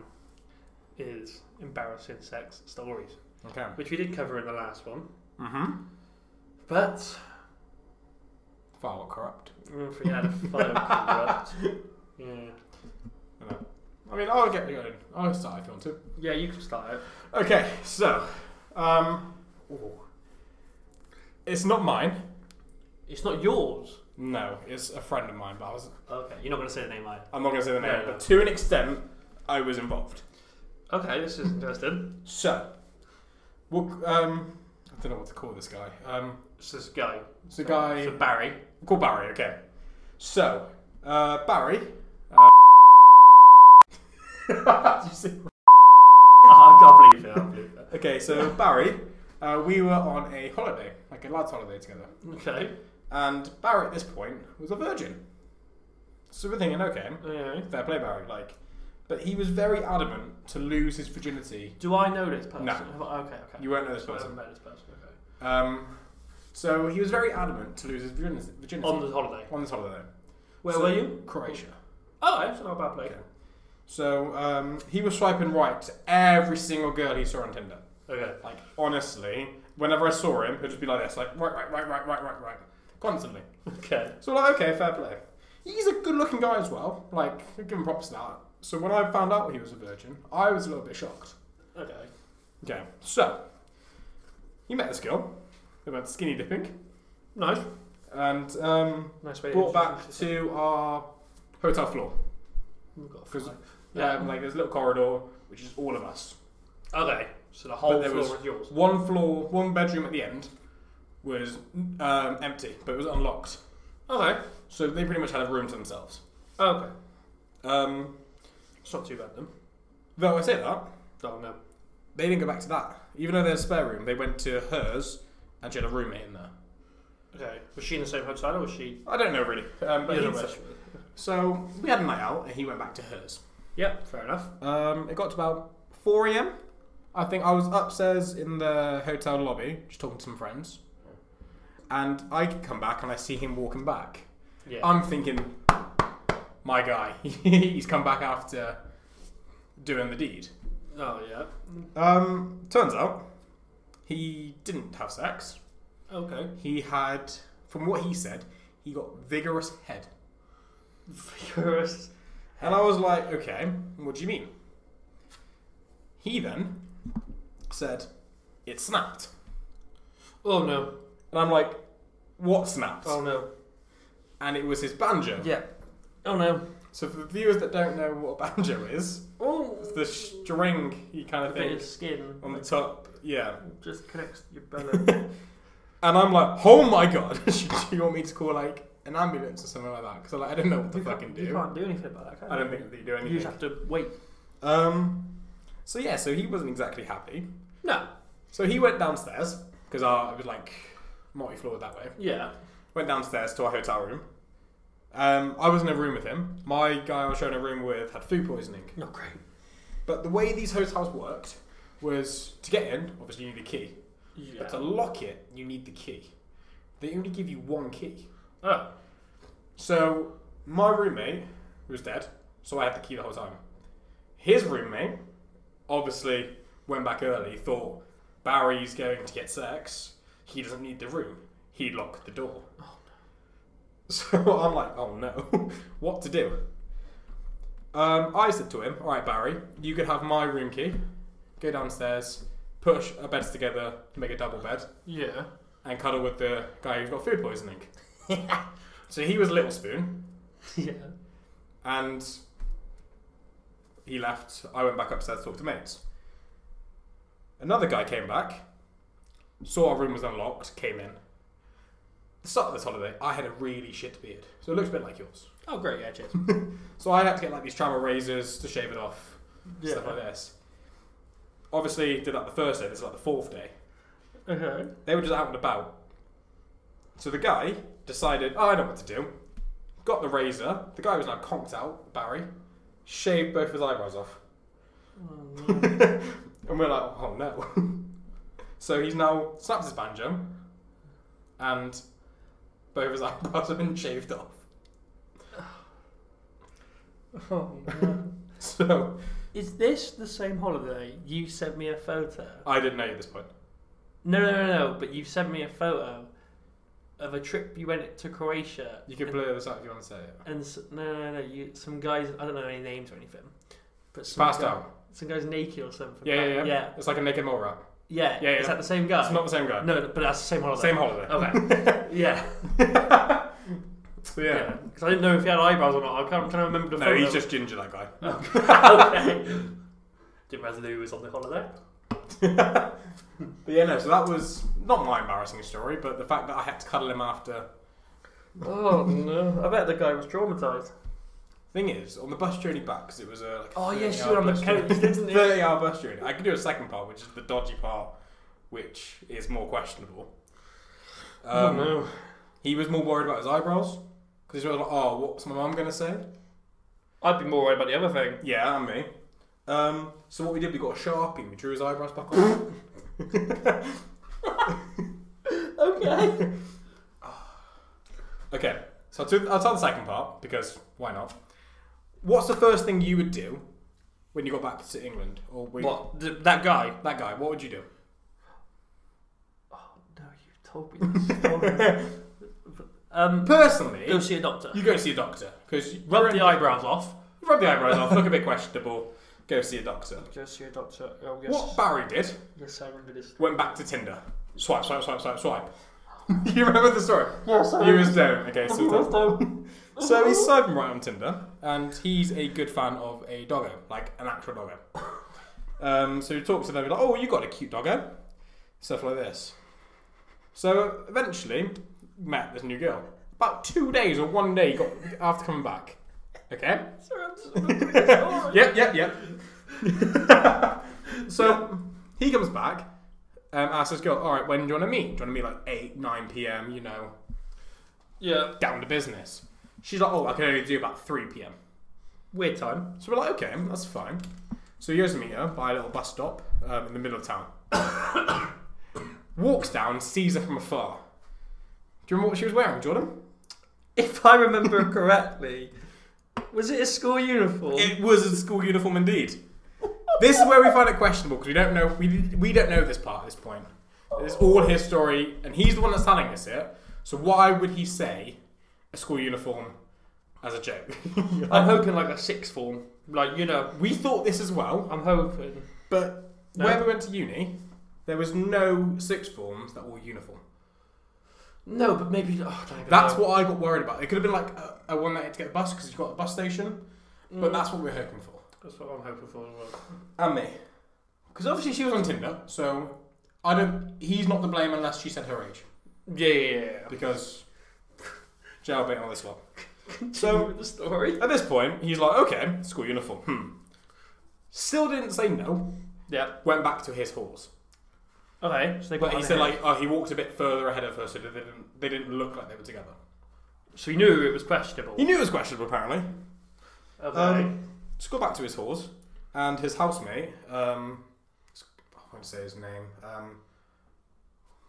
is embarrassing sex stories, Okay. which we did cover in the last one. Mm-hmm. But File corrupt. if we had a file corrupt, yeah, I know. I mean, I'll get going. I'll start if you want to. yeah, you can start it. Okay, so, um, ooh. it's not mine. It's not yours. No, it's a friend of mine, but I was. Okay, you're not going to say the name, are you? I'm not gonna say the name, No, no. but to an extent, I was involved. Okay, this is interesting. So, we'll, um, I don't know what to call this guy. Um, It's this guy. it's a guy So Barry. called Barry. Okay, so uh, Barry. Uh, Did you say- Oh, I can't believe it. I believe it. okay, so Barry, uh, we were on a holiday, like a lads' holiday together, Okay. and Barry at this point was a virgin. So we're thinking, okay, Yeah. fair play, Barry. Like, but he was very adamant to lose his virginity. Do I know this person? No. Have I- Okay, okay. You won't know this So I person. haven't met this person. Okay. Um, so he was very adamant to lose his virginity. virginity On the holiday. on this holiday. Where So- were you? Croatia. Oh, it's not a bad place. Okay. So um, he was swiping right to every single girl he saw on Tinder. Okay. Like honestly, whenever I saw him, he'd just be like this, like right, right, right, right, right, right, right, constantly. Okay. So we're like, okay, fair play. He's a good-looking guy as well. Like, give him props to that. So when I found out he was a virgin, I was a little bit shocked. Okay. Okay, so he met this girl. They went skinny dipping, Nice. and um, Nice way. to brought back introduce to our hotel floor. yourself. We've got a 'Cause- fly. Yeah, like there's a little corridor, which is all of us. Okay. So the whole there floor was- was yours. One floor, one bedroom at the end was um, empty, but it was unlocked. Okay. oh, So they pretty much had a room to themselves. Okay. Um, It's not too bad then. though I say that, Oh no. they didn't go back to that. Even though they had a spare room, they went to hers and she had a roommate in there. Okay. Was she in the same hotel or was she? I don't know really. Um, but Either he'd- way. so we had a night out and he went back to hers. Yep. Fair enough. Um, it got to about 4 a.m. I think I was upstairs in the hotel lobby, just talking to some friends. And I come back and I see him walking back. Yeah. I'm thinking, my guy, he's come back after doing the deed. oh yeah. Um, turns out he didn't have sex. Okay. He had, from what he said, He got vigorous head. Vigorous. And I was like, okay, what do you mean? He then said, it snapped. Oh no. And I'm like, what snapped? Oh no. And it was his banjo. Yeah. Oh no. So for the viewers that don't know what a banjo is, Oh. it's the string you kind A of bit think of skin on the top. Yeah. just connects your belly. and I'm like, oh my god, do you want me to call like an ambulance or something like that? Because like, I don't know what to you, fucking can't, you do. can't do anything about that. Can I don't you? think they do You just anything. have to wait. Um, so yeah, so he wasn't exactly happy. No. So he went downstairs because I was like multi-floored that way. Yeah. Went downstairs to our hotel room. Um, I was in a room with him. My guy I was sharing a room with had food poisoning. Not great. But the way these hotels worked was to get in, obviously you need a key. Yeah. But to lock it, you need the key. They only give you one key. Oh. So my roommate who was dead, so I had the key the whole time. His roommate obviously went back early, thought Barry's going to get sex. He doesn't need the room. He locked the door. So I'm like, oh no, what to do? Um, I said to him, all right, Barry, you could have my room key. Go downstairs, push our beds together, make a double bed Yeah. and cuddle with the guy who's got food poisoning. so he was Little Spoon, Yeah. and he left. I went back upstairs to talk to mates. Another guy came back, saw our room was unlocked, came in. The start of this holiday, I had a really shit beard, so it looks a bit like yours. Oh great. Yeah. Cheers. So I had to get like these travel razors to shave it off, stuff Yeah. like this. Obviously, did that the first day. This is like the fourth day. okay. They were just out and about. So the guy decided, oh, I know what to do. Got the razor. The guy was now conked out, Barry. Shaved both his eyebrows off. Oh, and we're like, oh no. so he's now snapped his banjo and both his eyebrows have been shaved off. Oh, no. So Is this the same holiday you sent me a photo? I didn't know at this point. No, no, no, no. But you sent me a photo of a trip you went to Croatia. You can and, blur this out if you want to say it. and s- no, no, no. You some guys. I don't know any names or anything. But some Passed guy- out. Some guy's naked or something. Yeah, yeah, yeah, yeah. It's like a naked mole rat. Yeah. Yeah, Is yeah. that the same guy? It's not the same guy. No, no, but that's the same holiday. Same holiday. Okay. yeah. So Yeah. yeah. Because I didn't know if he had eyebrows or not. I can't. Can I remember the No, photo? he's just ginger, that guy. okay. Didn't realize Lou was on the holiday. but yeah, no, so that was not my embarrassing story, but the fact that I had to cuddle him after. Oh no! I bet the guy was traumatized. Thing is, on the bus journey back, because it was a. Like, Oh, yes, 30 you were hour on the bus coach, journey- didn't you? 30 hour bus journey. I could do a second part, which is the dodgy part, which is more questionable. Um, Oh, no! He was more worried about his eyebrows, because he was like, oh, what's my mum going to say? I'd be more worried about the other thing. Yeah, and me. Um, so what we did, we got a sharpie and we drew his eyebrows back on. Okay. Okay, so I'll, do, I'll tell the second part because why not? What's the first thing you would do when you got back to England? Or when What? Th- that guy? That guy. What would you do? No, you told me this. story. um, Personally, go see a doctor. you go see a doctor because Rub the eyebrows off. rub the eyebrows off. Look a bit questionable. Go see a doctor. Go see a doctor. Oh yes. What Barry did Yes, I remember this. went back to Tinder. Swipe, swipe, swipe, swipe, swipe. you remember the story? Um, Viewers don't. Okay, so that's- So he's swiping right on Tinder, and he's a good fan of a doggo, like an actual doggo. Um, so he talks to them, like, oh, you got a cute doggo. Stuff like this. So eventually, met this new girl. About two days or one day got after coming back. Okay? Sorry, I'm just remembering the story. Yep, yep, yep. so he comes back, um, asks this girl, all right, when do you want to meet? Do you want to meet like 8, 9 p.m., you know, Yeah. down to business? She's like, oh, I can only do about 3 p.m. Weird time. So we're like, okay, that's fine. So he goes to meet her by a little bus stop um, in the middle of town. Walks down, sees her from afar. Do you remember what she was wearing, Jordan? If I remember correctly, was it a school uniform? It was a school uniform indeed. this is where we find it questionable because we don't know we, we don't know this part at this point. It's all his story, and he's the one that's telling us it. So why would he say a school uniform as a joke. I'm hoping like a sixth form. Like, you know, we thought this as well, I'm hoping. but No. where we went to uni, there was no sixth forms that were uniform. No, but maybe. Oh, I don't even That's know. what I got worried about. It could have been like a, a one that had to get a bus because you've got a bus station, Mm. but that's what we we're hoping for. That's what I'm hoping for as well. And me. Because obviously she was on Tinder, so I don't. He's not to blame unless she said her age. Yeah, yeah, yeah. Because jailbait and all this lot. So, the story. At this point, he's like, okay, school uniform. Hmm. Still didn't say no. Yeah. Went back to his horse. Okay. So they got But he on said ahead. like, oh, he walked a bit further ahead of her, so they didn't they didn't look like they were together. So he knew it was questionable. He knew it was questionable, apparently. Okay. Um, just go back to his horse, and his housemate. Um, I won't say his name. Um,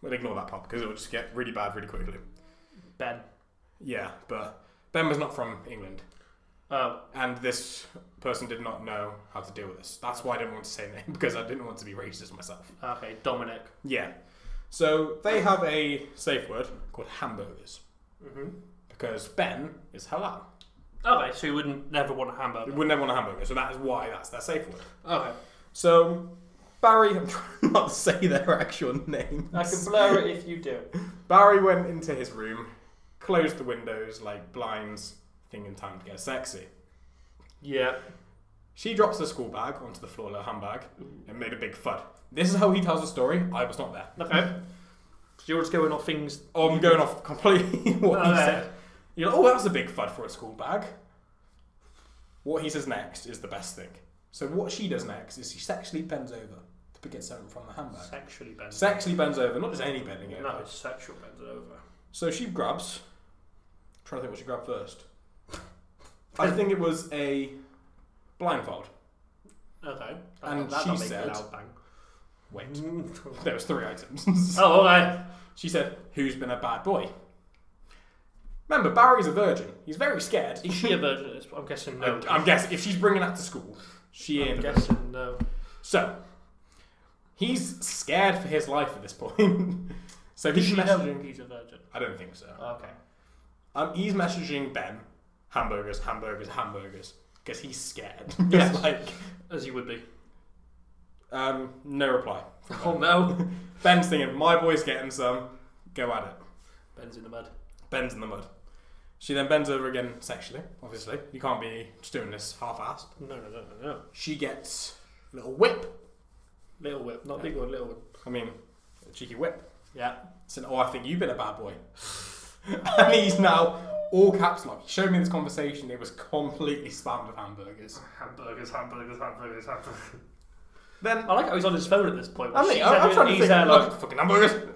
we'll ignore that part because it will just get really bad really quickly. ben. Yeah, but Ben was not from England, Oh. and this person did not know how to deal with this. That's why I didn't want to say name because I didn't want to be racist myself. Okay. Dominic. Yeah. So they have a safe word called hamburgers hmm because Ben is halal. Okay. So he wouldn't never want a hamburger. We would never want a hamburger, so that is why that's their safe word. Okay. So, Barry, I'm trying not to say their actual name. I can blur it if you do. Barry went into his room, closed the windows, like blinds, thinking time to get sexy. Yeah. She drops the school bag onto the floor, her handbag, and made a big fud. This is how he tells the story. I was not there. Okay. So you're just going off things. I'm going off completely what he Okay. said. You're like, oh, that was a big fud for a school bag. What he says next is the best thing. So what she does next is she sexually bends over to get something from the handbag. Sexually bent. Sexually bends over, not just any bending over. no, it's sexual bent over. So she grabs. trying to think what she grabbed first. I think it was a blindfold. Okay. And That'll she make a said- loud bang. Wait, Mm. there was three items. Oh, okay. she said, "Who's been a bad boy?" Remember, Barry's a virgin. He's very scared. Is she a virgin? at this point? I'm guessing no. I'm, I'm guessing if she's bringing that to school, she I'm ain't. guessing no. So he's scared for his life at this point. so Did he's she messaging. know he's a virgin? I don't think so. Okay. Um, he's messaging Ben hamburgers, hamburgers, hamburgers because he's scared. Yes. It's like As you would be. um, no reply. Oh no. Ben's thinking, my boy's getting some. Go at it. Ben's in the mud. Ben's in the mud. She then bends over again sexually. Obviously, you can't be just doing this half-assed. No, no, no, no, no. She gets a little whip. Little whip, not big one, little one. I mean, a cheeky whip. Yeah. Said, oh, I think you've been a bad boy. and he's now all caps lock. He showed me this conversation. It was completely spammed with hamburgers. Hamburgers, hamburgers, hamburgers, hamburgers. Then I like how he's on his phone at this point. I mean, She's I'm, I'm there, trying to he's think. there Like, like, fucking hamburgers.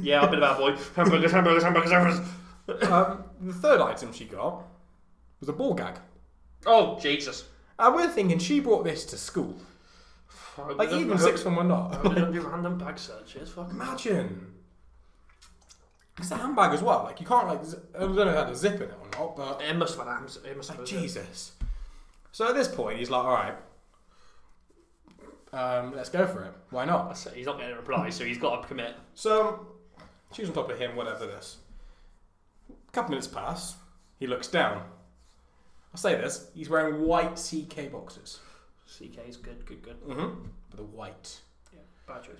yeah, I've been a bad boy. Hamburgers, hamburgers, hamburgers, hamburgers. um, the third item she got was a ball gag, Oh, Jesus. and we're thinking she brought this to school. Like even six from one not. I don't do random bag searches. Fuck. Imagine. It's a handbag as well. Like you can't like. z- I don't know how to zip in it or not, but It must have had hams. It must have. had- Jesus. So at this point, he's like, all right. Um, let's go for it. Why not? That's it, He's not getting a reply, so he's got to commit. So, she's on top of him, whatever this. A couple minutes pass. He looks down. I'll say this he's wearing white CK boxes. CK is good, good, good. Mm-hmm. But the white. Yeah, bad choice.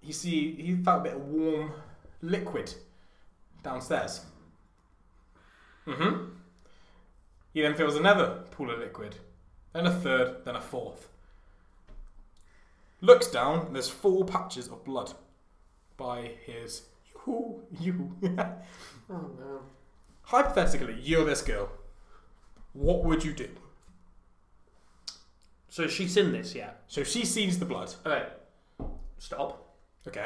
He see he felt a bit of warm liquid downstairs. Mm-hmm. He then feels another pool of liquid. Then a third, then a fourth. Looks down, and there's four patches of blood by his you you. Oh no. Hypothetically, you're this girl. What would you do? So she's in this, yeah. So she sees the blood. Okay. Stop. Okay.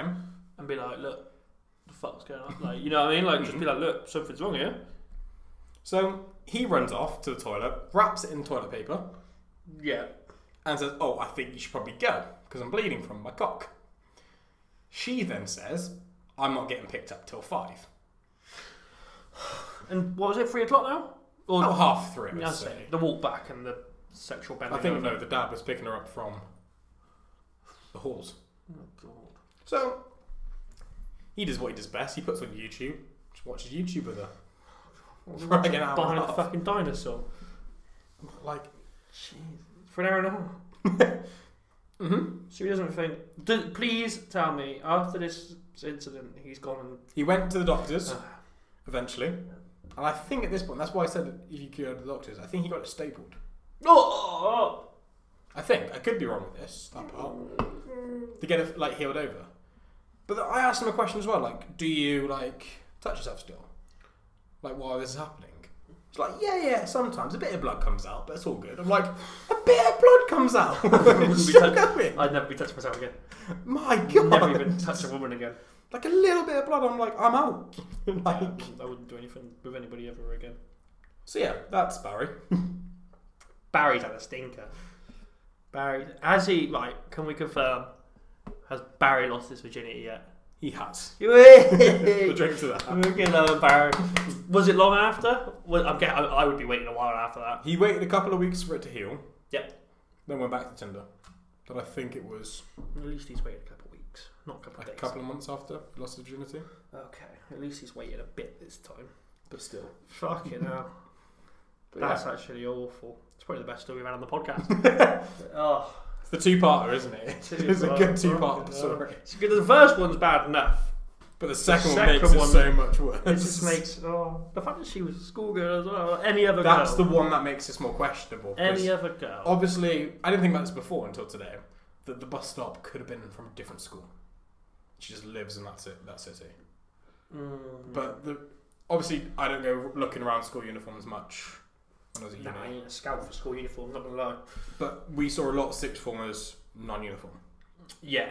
and be like, look, the fuck's going on? Like, you know what I mean? Like, just be Mm-hmm. like, look, something's wrong here. So he runs off to the toilet, wraps it in toilet paper, Yeah. and says, Oh, I think you should probably go because I'm bleeding from my cock. She then says, I'm not getting picked up till five. And what was it, three o'clock now? Or About half three, Yeah, I'd that's say. it. the walk back and the sexual bending. I think, over. no, the dad was picking her up from the halls. Oh, God. So he does what he does best. He puts on YouTube, just watches YouTube with her. for like an hour. behind and a a half. fucking dinosaur Like, for an hour and a half. Mm-hmm. mhm. So he doesn't think. Do, please tell me after this incident, he's gone and he went to the doctors eventually, and I think at this point that's why I said if you could go to the doctors, I think he got it stapled. Oh, I think I could be wrong with this that part to get it like healed over. But I asked him a question as well, like, do you like touch yourself still, like while this is happening? He's like, yeah, yeah, sometimes a bit of blood comes out, but it's all good. I'm like, a bit of blood comes out. be Still touched- going. I'd never be touched myself again. My God, Never even touch a woman again. like a little bit of blood. I'm like, I'm out. like, Um, I wouldn't do anything with anybody ever again. so yeah, that's Barry. Barry's had a stinker. Barry, has he? Right, can we confirm? Has Barry lost his virginity yet? He has. We'll Look drink to that. at that, Barry. Was it long after? Well, I'm getting, I, I would be waiting a while after that. He waited a couple of weeks for it to heal, Yep. then went back to Tinder. But I think it was At least he's waited a couple of weeks, not a couple of like a days. couple of months after he lost his virginity. Okay, at least he's waited a bit this time. But still. Fucking hell. But That's yeah. actually awful. It's probably the best story we've had on the podcast. oh, It's the two parter, isn't it? It's a good two part story. It's good. The first one's bad enough. But the second, second one makes one- it so much worse. It just makes oh, the fact that she was a schoolgirl as well. or Any other That's the girl. one that makes this more questionable. any because other girl. Obviously, I didn't think about this before until today, that the bus stop could have been from a different school. She just lives in that, ci- that city. Mm, But the, obviously, I don't go looking around school uniforms much when I was a nah, uni. I ain't a scout for school uniform. Not gonna lie. But we saw a lot of sixth formers non-uniform. Yeah,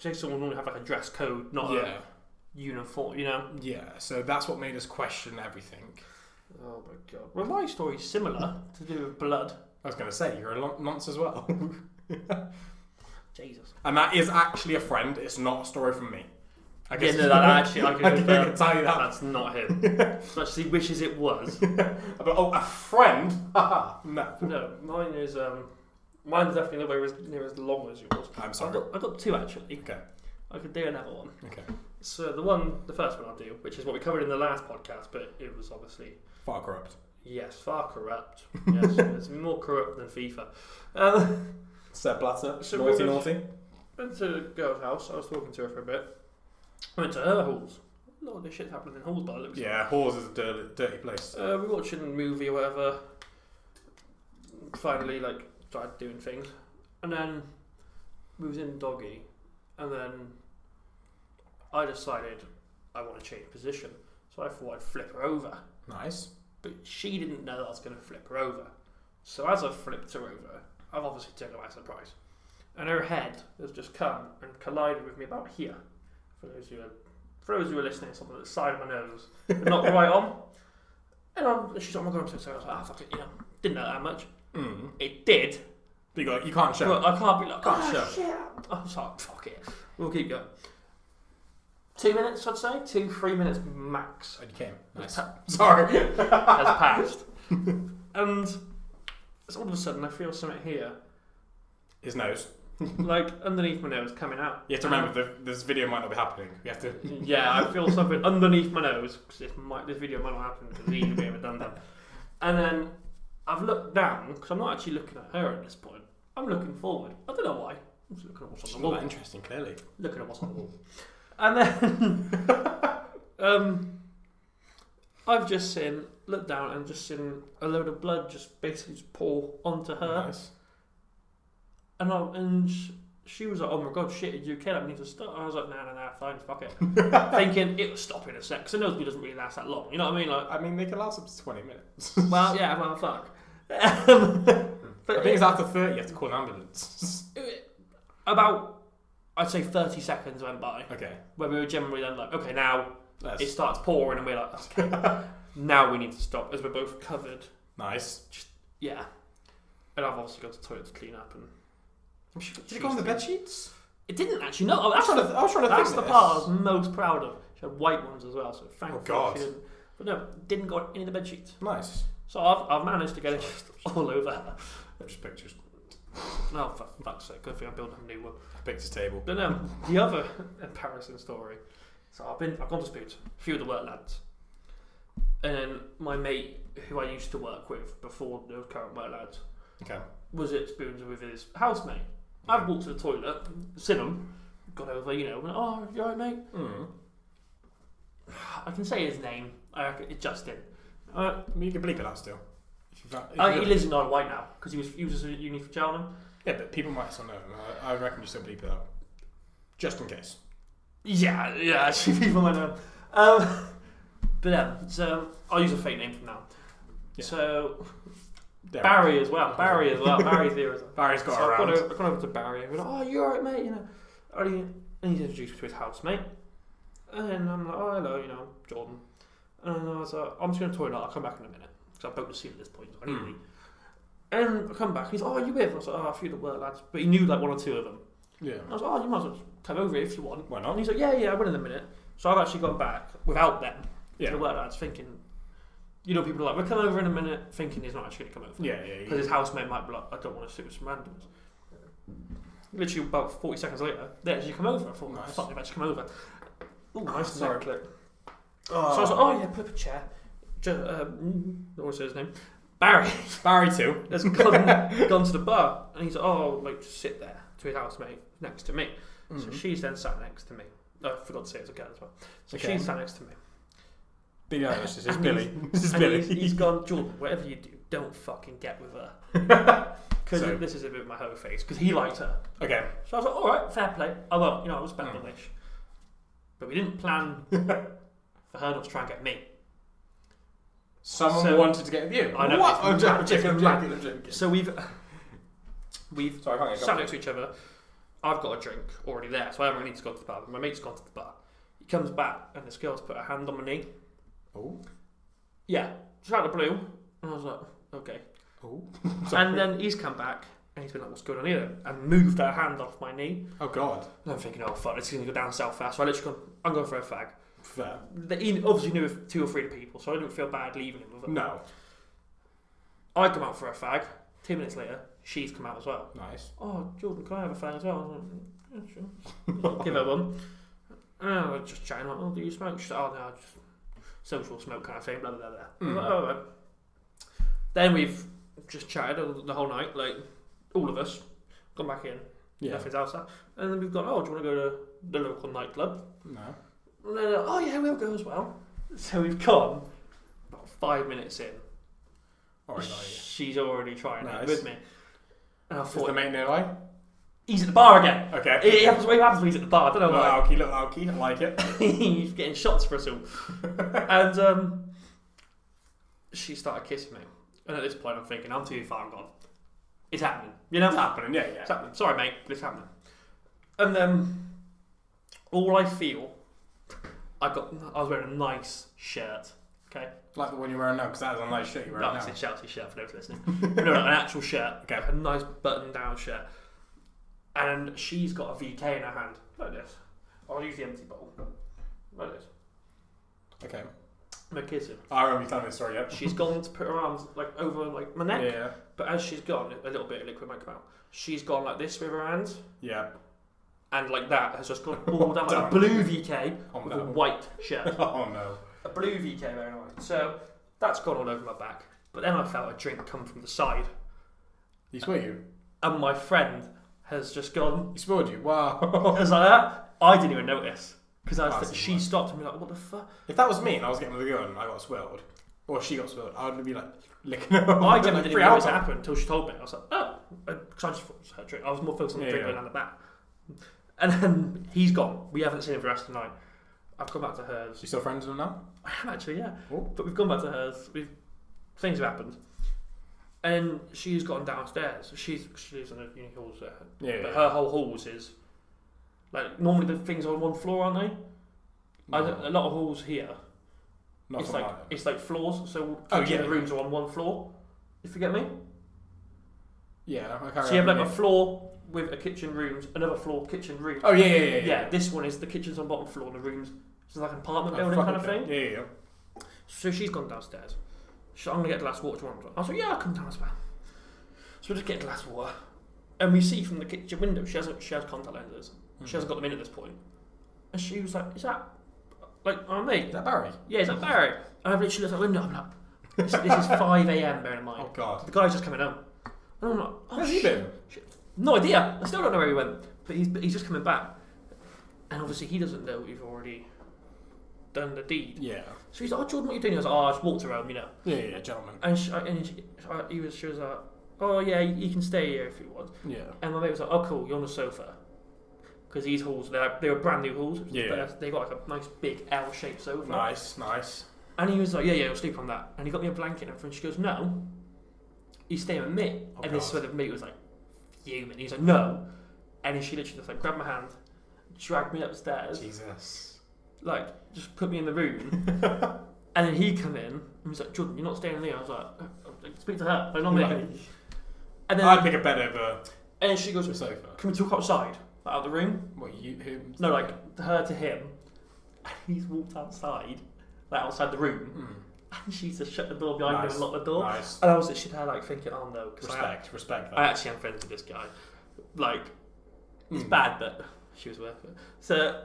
say someone normally have like a dress code, not yeah, a uniform. You know. yeah. So that's what made us question everything. Oh my god. Well, my story's similar to do with blood. I was going to say you're a lon- nonce as well, Jesus. and that is actually a friend. It's not a story from me. I Yeah, no, that actually, I can confirm. Uh, tell you that. That's not him. As much as he wishes it was. But oh, a friend? Haha, no. No, mine is um, mine's definitely nowhere as near as long as yours. I'm I've sorry. got, I've got two actually. Okay, I could do another one. okay. So the one, the first one I'll do, which is what we covered in the last podcast, but it was obviously Far corrupt. yes, far corrupt. Yes, it's more corrupt than FIFA. Um, Seb Blatter. So naughty, we were- naughty. went to a girl's house. I was talking to her for a bit. Went to her halls. A lot of this shit's happening in halls, by the looks. of it. Yeah, Hawes is a dirty, dirty place. Uh, we were watching a movie or whatever. Finally, like, started doing things. And then we was in doggy. And then I decided I want to change position. So I thought I'd flip her over. Nice. But she didn't know that I was going to flip her over. So as I flipped her over, I've obviously taken her by surprise. And her head has just come and collided with me about here. For those who are, for those who are listening, it's on the side of my nose, but not right on. And I'm, she's like, oh my god, I'm so sorry. I was like, ah, fuck it, you know, didn't know that much. Mm. It did, But you, got, you can't show. but I can't be like, Can't oh, show. shit. I'm sorry, fuck it. We'll keep going. Two minutes, I'd say. Two, three minutes max And Oh, you came. Nice. Ta- Sorry. has passed. and so all of a sudden, I feel something here, His nose. like underneath my nose, coming out. You have to remember that this video might not be happening. You have to. yeah, I feel something underneath my nose because this might, this video might not happen because either way I've done that. And then I've looked down because I'm not actually looking at her at this point. I'm looking forward. I don't know why. I'm just looking at what's It's on not the wall. that interesting, clearly. Looking at what's on the wall. And Mm-hmm. then um, I've just seen looked down and just seen a load of blood just basically just pour onto her. Nice. And I, and sh- she was like, "Oh my god, shit! Did you kill him? I need to stop." I was like, "No, no, no, fine, fuck it." Thinking it was stopping a sec. Cause I know it doesn't really last that long. You know what I mean? Like, I mean, they can last up to 20 minutes. well, yeah, well, fuck. I but think it's after 30 you have to call an ambulance. it- about I'd say thirty seconds went by okay. where we were generally then like, "Okay, now That's it starts pouring," and we're like, "Okay, now we need to stop," as we're both covered. nice. Yeah. And I've obviously gone to the toilet to clean up, and Did you go on the bed sheets? it didn't actually. No, I was that's trying to, I was trying to That's think the this. part I was most proud of. She had white ones as well, so thank Oh, God. She didn't, but no, didn't go on any of the bed sheets. Nice. So I've, I've managed to get it just all over her. Just pictures. No, for fuck's sake, good thing I'm building a new one. Pictures table. But no, the other embarrassing story. So I've been, I've gone to Spoots, a few of the work lads. and then my mate who I used to work with before the current work lads Okay. was at spoons with his housemate. I'd walked to the toilet, seen him, got over, you know, went, oh, you alright, mate? Mm. I can say his name. I reckon it's Justin. Uh, I mean, you can bleep it out still. If you've got- if uh, Oh, you- he lives in Isle of Wight now because he was he was at uni for Cheltenham. yeah, but people might still know him. I, I reckon you still bleep it out. Just in case. Yeah, yeah, actually, people might know. Um, but um, so I'll use a fake name from now. Yeah. So There. Barry as well. Barry as well. Barry's here as well. Barry's got so around. I've gone over, I've gone over to Barry. and been like, oh, you alright, mate? You know, and he, and he's introduced me to his housemate. And then I'm like, oh, hello, you know, Jordan. And I was like, I'm just going to the toilet. I'll come back in a minute. Because I've booked a seat at this point. So I need to Hmm. leave. And I come back. He's, oh, are you with? And I was like, oh, a few of the work lads. But he knew like one or two of them. Yeah. And I was like, oh, you might as well just come over if you want. Why And not? he's like, yeah, yeah, I went in a minute. So I've actually gone back without them Yeah. to the work lads thinking, you know, people are like, we'll come over in a minute, thinking he's not actually going to come over Yeah, yeah, because yeah. his housemate might be like, I don't want to sit with some randoms. Literally about 40 seconds later, they actually come over. I thought, Nice. fuck, they've actually come over. Ooh, nice sorry. neck clip. Oh. So I was like, oh yeah, put up a chair. Just, um, what was his name? Barry Barry too. has gone, gone to the bar and he's like, oh, like, just sit there to his housemate next to me. Mm-hmm. So Hmm. she's then sat next to me. Oh, I forgot to say it's a girl as well. So Okay. she's sat next to me. Big Irish. This is And Billy. This is and Billy. He's, he's gone, Jordan, whatever you do, don't fucking get with her. Because So- this is a bit of my whole face, because he liked her. okay. Hmm. So I was like, all right, fair play. I won't, you know, I was Bangladesh. But we didn't plan for her not to try and get me. Someone So- wanted to get with you. I know, What? it's I'm joking. I'm mad, joking. it's I'm joking. I'm joking. So we've we've Sorry, I can't get sat going. next to each other. I've got a drink already there, so I haven't really need to go to the bar. But my mate's gone to the bar. He comes back, and this girl's put her hand on my knee. Oh. Yeah, just out of the blue. And I was like, okay. Oh. And then he's come back, and he's been like, what's going on here? And moved her hand off my knee. Oh God. And I'm thinking, oh fuck, it's going to go down south fast. So I literally, gone, I'm going for a fag. Fair. The- He obviously knew of two or three people, so I didn't feel bad leaving him with it. No. I come out for a fag. Two minutes later, she's come out as well. Nice. Oh, Jordan, can I have a fag as well? I was like, yeah, sure. Give her one. And I was just chatting, like, oh, do you smoke? She's like, oh, no, just social smoke kind of thing, blah, blah, blah. blah. I was Mm. like, "Oh, right." Then we've just chatted all- the whole night, like, all of us. Gone back in, Yeah. nothing's else there. And then we've gone, oh, do you want to go to the local nightclub? No. And they're like, oh yeah, we'll go as well. So we've come about five minutes in. All right. She's already trying Nice. it with me. And I Is the thought, mate nearby? he's at the bar again. Okay. It, it happens, it happens when he's at the bar. I don't know Little why. Alki, little Alki, I like it. he's getting shots for us all. and um, she started kissing me. And at this point, I'm thinking, I'm too far gone. It's happening. You know, It's happening, yeah, It's yeah. happening. Sorry, mate, but it's happening. And then all I feel, I got. I was wearing a nice shirt. Okay, Like the one you're wearing now, because that is a nice shirt you're wearing no, it's now. a Chelsea shirt for those listening. no, no, an actual shirt. Okay. a nice button-down shirt. And she's got a VK in her hand, like this. I'll use the empty bottle, like this. Okay. I'm gonna kiss him. I remember you telling me this story, yep. She's gone to put her arms like over like my neck, Yeah, but as she's gone, a little bit of liquid might come out. She's gone like this with her hands. yeah. and like that has just gone all down like Damn. a blue VK Oh, with a no. white shirt. Oh no. a blue VK very nice. So that's gone all over my back. But then I felt a drink come from the side, He swore you. and my friend has just gone He swore you. Wow. as like that. I didn't even notice because I was That's she right. stopped and be like, "What the fuck?" if that was me and I was getting with a girl and I got swirled, or she got swirled, I would be like licking her. I Like, didn't even free notice it alcohol. happened until she told me. I was like, "Oh," because I just thought it was her drink. I was more focused on the Yeah, drink yeah. than at that. And then he's gone. We haven't seen him for the rest of the night. I've gone back to hers. You still friends with him now? I am actually, yeah. Oh. But we've gone back to hers. We've things have happened, and she's gone downstairs. She's she lives in a uni halls there, Yeah. but her whole halls is like normally the things are on one floor, aren't they? I don't- a lot of halls here. Not it's from like mine. it's like floors, so Oh, kitchen yeah. and rooms are on one floor. If you get me, Yeah, I can't so you have like remember. a floor with a kitchen, rooms, another floor, kitchen, room. Oh, yeah, yeah, yeah. yeah, this one is the kitchen's on bottom floor, and the rooms. It's like an apartment Oh, building fuck, kind of okay. thing. Yeah, yeah, yeah. So she's gone downstairs. She's like, I'm gonna get a glass of water tomorrow. I was like, yeah, I'll come downstairs. So we just get a glass of water. And we see from the kitchen window, she has she has contact lenses. Mm-hmm. She hasn't got them in at this point. And she was like, is that like our mate? Is that Barry? Yeah, is that Barry? And I've literally looked out the window. I'm like, this, this is 5 a.m. Bear in mind. Oh, God. The guy's just coming home. And I'm like, oh, Where's he shit. been? No idea. I still don't know where he went, but he's but he's just coming back, and obviously he doesn't know we've already done the deed. Yeah. So he's like, "Oh, Jordan, what are you doing?" I was like, "Oh, I just walked around, you know." Yeah, yeah, gentlemen. And she, and she, I- he was she was like, "Oh yeah, you can stay here if you want." Yeah. And my mate was like, "Oh cool, you're on the sofa," because these halls they they were brand new halls. Yeah. but they got like a nice big L-shaped sofa. Nice, nice. And he was like, "Yeah, yeah, we'll sleep on that." And he got me a blanket and everything. She goes, "No, you stay with me." Oh, and this God. sort of mate was like, "Fuming." He's like, "No," and then she literally just like grabbed my hand, dragged me upstairs, Jesus. like just put me in the room. and then he come in and was like, "Jordan, you're not staying with me." I was like, "Uh, uh, "Speak to her, like, not me." Like, and then I'd pick a bed over and she goes, the sofa. "Can we talk outside, like, out of the room?" What, you, who? No, like her to him, and he's walked outside, like outside the room, Mm. and she's just shut the door behind him Nice, and locked the door. Nice. And I was actually there, like thinking, oh no, because I, Respect, respect that. I actually am friends with this guy. Like, it's Mm. bad, but she was worth it. So,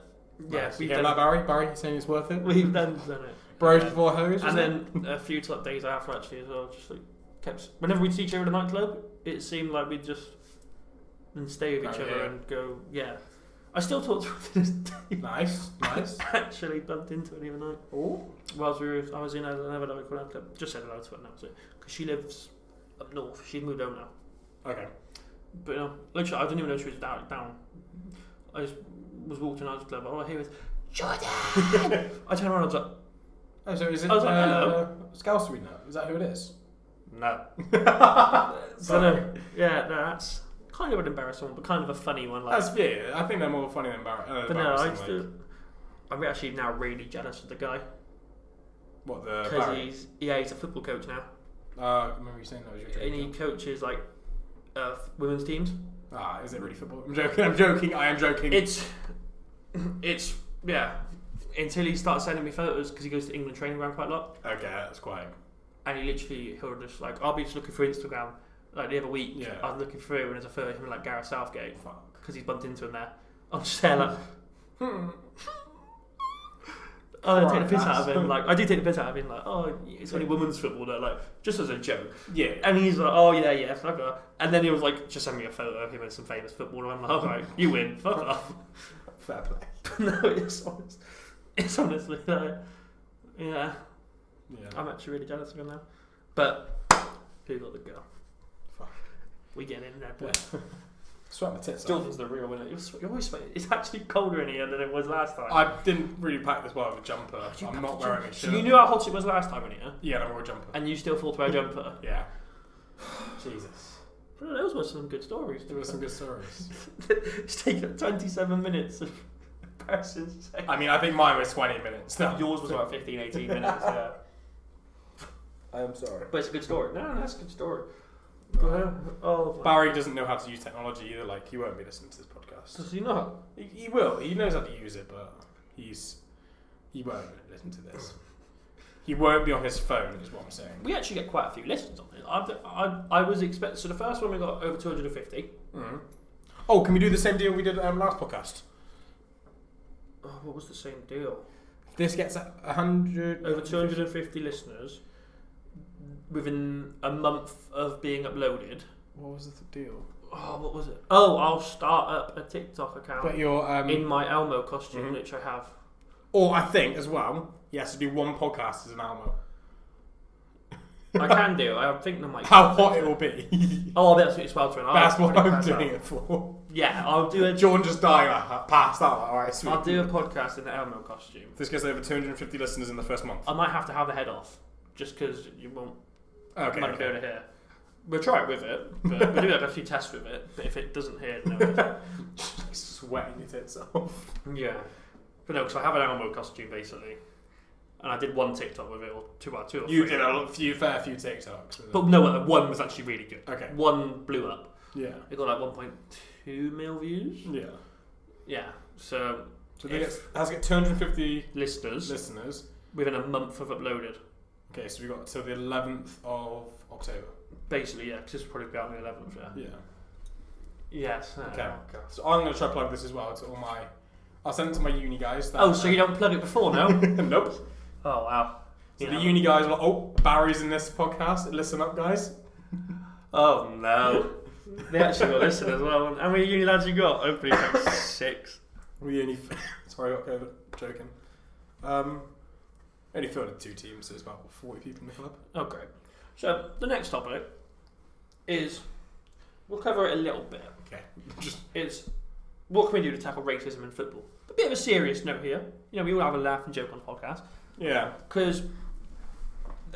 yeah, Nice. we've, You hear done, that, Barry? Barry, you saying it's worth it? we've done, done it. Um, Bros before hoes? And then a few t- days after, actually, as well, just like kept. Whenever we'd see each other at a nightclub, it seemed like we'd just and stay with each Oh, other yeah. and go, yeah. I still talk to her to this day. Nice, nice. Actually, bumped into her the other night. Oh, Whilst we were, I was in another local nightclub. Just said hello to her, and that was it. Because she lives up north. She'd moved home now. okay. But you know, literally, I didn't even know she was down. down. I just was walking out of the club. All I hear is Jordan. I turn around. I was like, Oh, so is it I was like, uh, Scouse we know? Is that who it is? no. So, Sorry. no, yeah, no, that's kind of an embarrassing one, but kind of a funny one. Like, That's yeah. I think they're more funny than Barry. Uh, but no, I embarrassing, used like, to. I'm actually now really jealous of the guy what the because Barry? he's yeah he's a football coach now Uh, I remember you saying that was your and he dream. coaches like uh, women's teams. job. Ah, is it really football? I'm joking. I'm joking. I am joking. It's it's yeah until he starts sending me photos because he goes to England training ground quite a lot. okay, that's quite. and he literally he'll just like I'll be just looking through Instagram like the other week Yeah. I was looking through and there's a photo of him like Gareth Southgate Fuck. because he's bumped into him there I'm just there like Hmm. oh I take Right, the piss out that's- of him like I do take the piss out of him like oh it's only women's football though like just as a joke Yeah. and he's like oh yeah yeah fuck off and then he was like just send me a photo of him and some famous footballer I'm like alright you win fuck off Fair play. no it's honest it's honestly like yeah Yeah. I'm actually really jealous of him now but who got the girl Fuck. we get in there boy Sweat my tits. off. Jordan's the real winner. You're, swe- you're always sweating. It's actually colder in here than it was last time. I didn't really pack this well with a jumper. You I'm packed not a wearing a jumper. So shirt. you knew how hot it was last time in here, yeah, I'm wearing a jumper. and you still thought to wear a jumper. Yeah. Jesus. Well, those were some good stories. There were some good stories. it's taken 27 minutes of embarrassing sex. I mean, I think mine was 20 minutes. No. Yours was about 15, 18 minutes, yeah. I am sorry. But it's a good story. No, no, that's a good story. Go ahead. Oh, my. Barry doesn't know how to use technology either. Like, he won't be listening to this podcast. Does he not? He, he will. He knows how to use it, but he's he won't listen to this. He won't be on his phone, is what I'm saying. We actually get quite a few listens on this. I, I, I was expecting. So the first one we got over 250. Mm. Oh, can we do the same deal we did um, last podcast? Oh, what was the same deal? This gets a a hundred over 250 listeners within a month of being uploaded. What was the deal? Oh, what was it? Oh, I'll start up a TikTok account But your um, in my Elmo costume, Mhm. which I have. or I think as well, he has to do one podcast as an Almo. I can do. I think there might. How hot it will be. Oh, I'll be absolutely sweltering. I'll That's what pretty I'm pass out. doing it for. Yeah, I'll do a. Jordan just died like, passed out. All right, sweet. I'll do a podcast in the Elmo costume. This gets over 250 listeners in the first month. I might have to have the head off, just because you won't Okay. might not be okay. able to hear. We'll try it with it. But we do have a few tests with it. But if it doesn't hear, no. it Sweating your tits off. Yeah. But no, because I have an Elmo costume basically, and I did one TikTok with it, or two or two. Or You three. did a lot- few fair few TikToks. with it. But no, uh, one was actually really good. okay. One blew up. Yeah. It got like 1.2 mil views. Yeah. Yeah. So So they If- get, has to get 250 listeners listeners. within a month of uploaded, Okay, so we got till the 11th of October. basically, yeah, because this will probably be out on the 11th. Yeah. Yeah. Yes. uh, Okay. So I'm gonna try to plug this as well to all my. I'll send it to my uni guys. that- Oh, so you don't plug it before now? nope. oh wow. So the Yeah. uni guys were like, oh, Barry's in this podcast. Listen up, guys. Oh no. They actually got listed as well. How many uni lads you got? Opening like six. We only. Sorry, I got COVID. Joking. Um, only fielded two teams, so it's about 40 people in the club. Oh great. So the next topic is we'll cover it a little bit. Okay. Just It's what can we do to tackle racism in football? A bit of a serious note here. You know, we all have a laugh and joke on the podcast. yeah. Because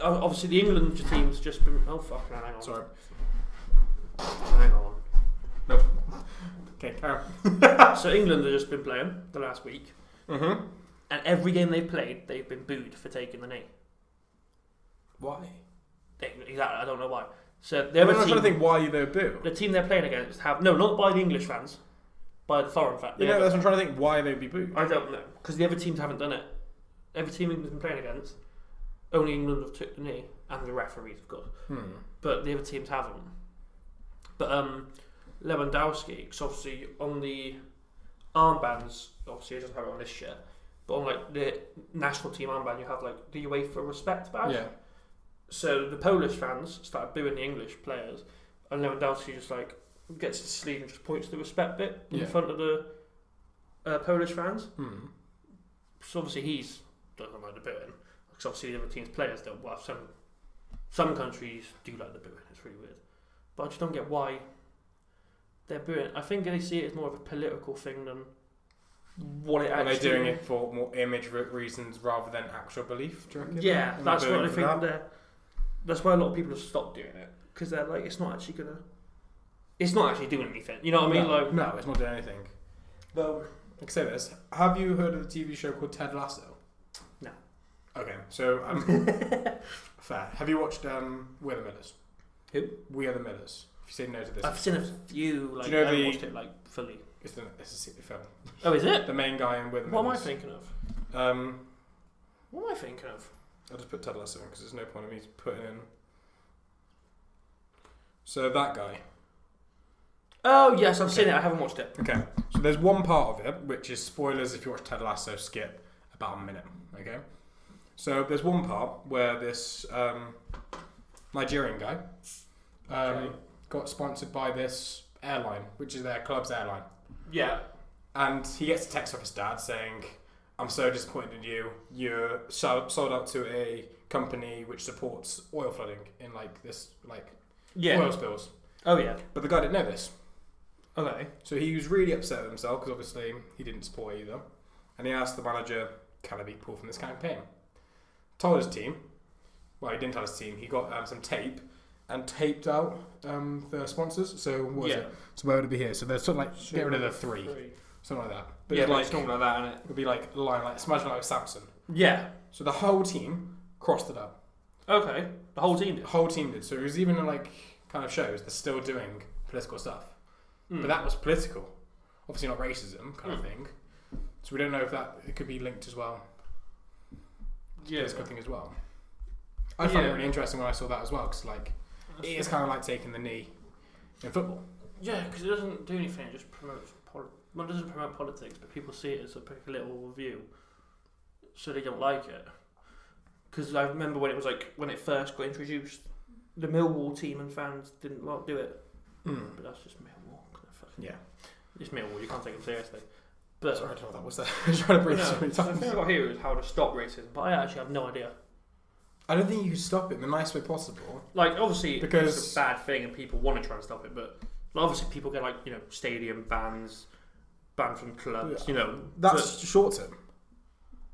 obviously the England team's just been oh fuck no, hang on. Sorry. Hang on. Nope. Okay, carry So England have just been playing the last week, on. mm-hmm. and every game they've played, they've been booed for taking the knee. Why? They- Exactly, I don't know why. So the I other mean, I'm team, trying to think why they're booed. the team they're playing against have no, not by the English fans, by the foreign fans. You know, that's what I'm trying to think why they'd be booed. I don't know because the other teams haven't done it. Every team England's been playing against, only England have took the knee, and the referees, of course. Hmm. but the other teams haven't. But um, Lewandowski, 'cause obviously on the armbands, obviously he doesn't have it on this shirt, but on like the national team armband, you have like the UEFA respect badge. Yeah. So the Polish fans started booing the English players, and Lewandowski just like gets his sleeve and just points to the respect bit Yeah. in front of the uh, Polish fans. Hmm. So obviously he's doesn't like the booing because obviously the other team's players don't. Well, some some countries do like the booing. It's really weird, but I just don't get why they're booing. I think they see it as more of a political thing than what it Are actually. they doing it for more image re- reasons rather than actual belief? Do you reckon? Yeah, And that's they're what I booing for think. that? They're, that's why a lot of people have stopped doing it because they're like, it's not actually gonna. It's not actually doing anything. You know what I mean? no, like no, it's not doing anything. Though, I can say this. Have you heard of the TV show called Ted Lasso? No. Okay, so um, fair. Have you watched um, We're the Millers? Who? We are the Millers. If you say no to this, I've seen a few. Like know I haven't the- watched it like fully. it's the it's a se- film. Oh, is it? The main guy in We're the What am I Millers. thinking of? Um, What am I thinking of? I'll just put Ted Lasso in because there's no point in me putting in. So that guy. Oh yes, I've seen it. I haven't watched it. Okay, so there's one part of it which is spoilers if you watch Ted Lasso, skip about a minute. Okay, so there's one part where this um, Nigerian guy um, Okay. got sponsored by this airline, which is their club's airline, Yeah. and he gets a text off his dad saying, "I'm so disappointed in you. You're so- sold out to a company which supports oil flooding in like this like oil spills." Oh yeah. But the guy didn't know this. Okay. So he was really upset with himself because obviously he didn't support either. And he asked the manager, can I be pulled from this campaign? Told his team, well, he didn't tell his team, he got um, some tape and taped out um, the sponsors. So what was Yeah. it? So where would it be here? So they're sort of like, get rid of the three, something like that. But yeah, it's like like, it's not like that, isn't it? it would be like a line, like, imagine like Samson. Yeah. So the whole team crossed it up. Okay. The whole team did. The whole team did. So it was even in, like kind of shows they're still doing political stuff, Hmm. but that was political, obviously not racism kind of thing. So we don't know if that it could be linked as well. Yeah. Political thing as well. I found it Yeah. really interesting when I saw that as well because like it is kind of like taking the knee in football. Yeah, because it doesn't do anything. It just promotes. Pol- well, it doesn't promote politics, but people see it as a political view, so they don't like it. Because I remember when it was like when it first got introduced, the Millwall team and fans didn't like do it, but that's just Millwall. Can I fucking- Yeah. It's Millwall. You can't take them seriously. But Sorry, I don't know what that was there. I was trying to breathe No, so many so the times. thing I got here is how to stop racism, but I actually have no idea. I don't think you can stop it in the nicest way possible. Like obviously Because- it's a bad thing and people want to try and stop it, but well, obviously people get like you know stadium bans, banned from clubs, Yeah. you know. That's short term. but-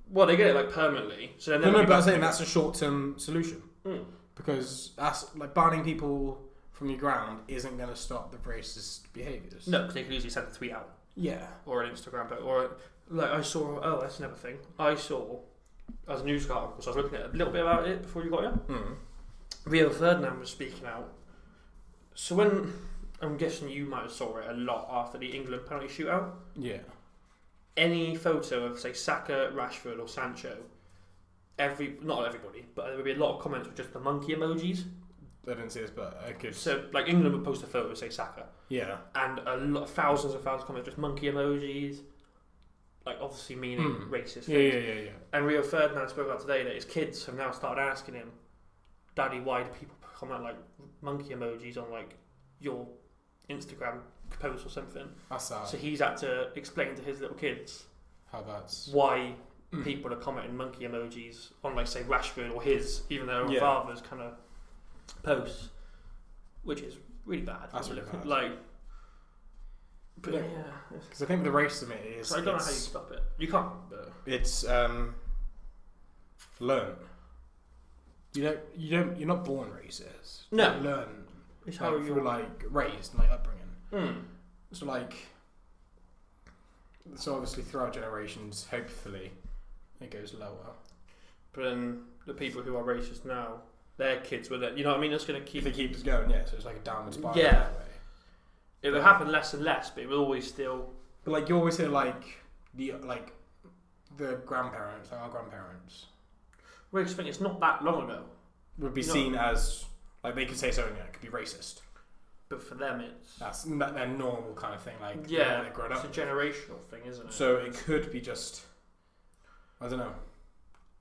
well, they get it like permanently, so then No, they'll no, be but I'm back- saying that's a short term solution. Mm. Because that's like banning people from your ground isn't going to stop the racist behaviours. no, 'cause they could easily send a tweet out Yeah. or an Instagram post or like I saw. Oh, that's another thing. I saw as a news article, so I was looking at a little bit about it before you got here. Mm. Rio Ferdinand was speaking out. So when I'm guessing you might have saw it a lot after the England penalty shootout. Yeah. any photo of say Saka, Rashford, or Sancho, every not everybody, but there would be a lot of comments with just the monkey emojis. I didn't see this, but I could. So like England would post a photo of say Saka, Yeah. and a lot thousands and thousands of comments just monkey emojis. like obviously meaning Hmm. racist. Yeah, yeah, yeah, yeah. And Rio Ferdinand spoke about today that his kids have now started asking him, "Daddy, why do people comment like monkey emojis on like your Instagram post or something?" That's sad. So he's had to explain to his little kids How that's. hmm. why Mm. people are commenting monkey emojis on, like, say, Rashford or his, even their own Yeah. father's kind of posts, which is really bad. That's when you really look at- bad. Like, but Look, yeah, it's- Because I think the racism it is. so I don't know how you it's, stop it. You can't. But It's um, learned. You don't. You don't. You're not born racist. No. You learn. it's how Like, you through like raised, and, like upbringing. Mm. So like. So obviously, throughout generations, hopefully, it goes lower. But then the people who are racist now, their kids with it. You know what I mean? It's going to keep. If it keeps going, yeah. So it's like a downward spiral. Yeah. that way. It will happen less and less, but it will always still. But like you always hear, like the like the grandparents, like our grandparents, Well, I just think it's not that long ago, would be No. seen as like they could say something that could be racist. but for them it's. That's that their normal kind of thing. Like yeah, they're grown it's a up. generational thing, isn't it? So it could be just I don't know.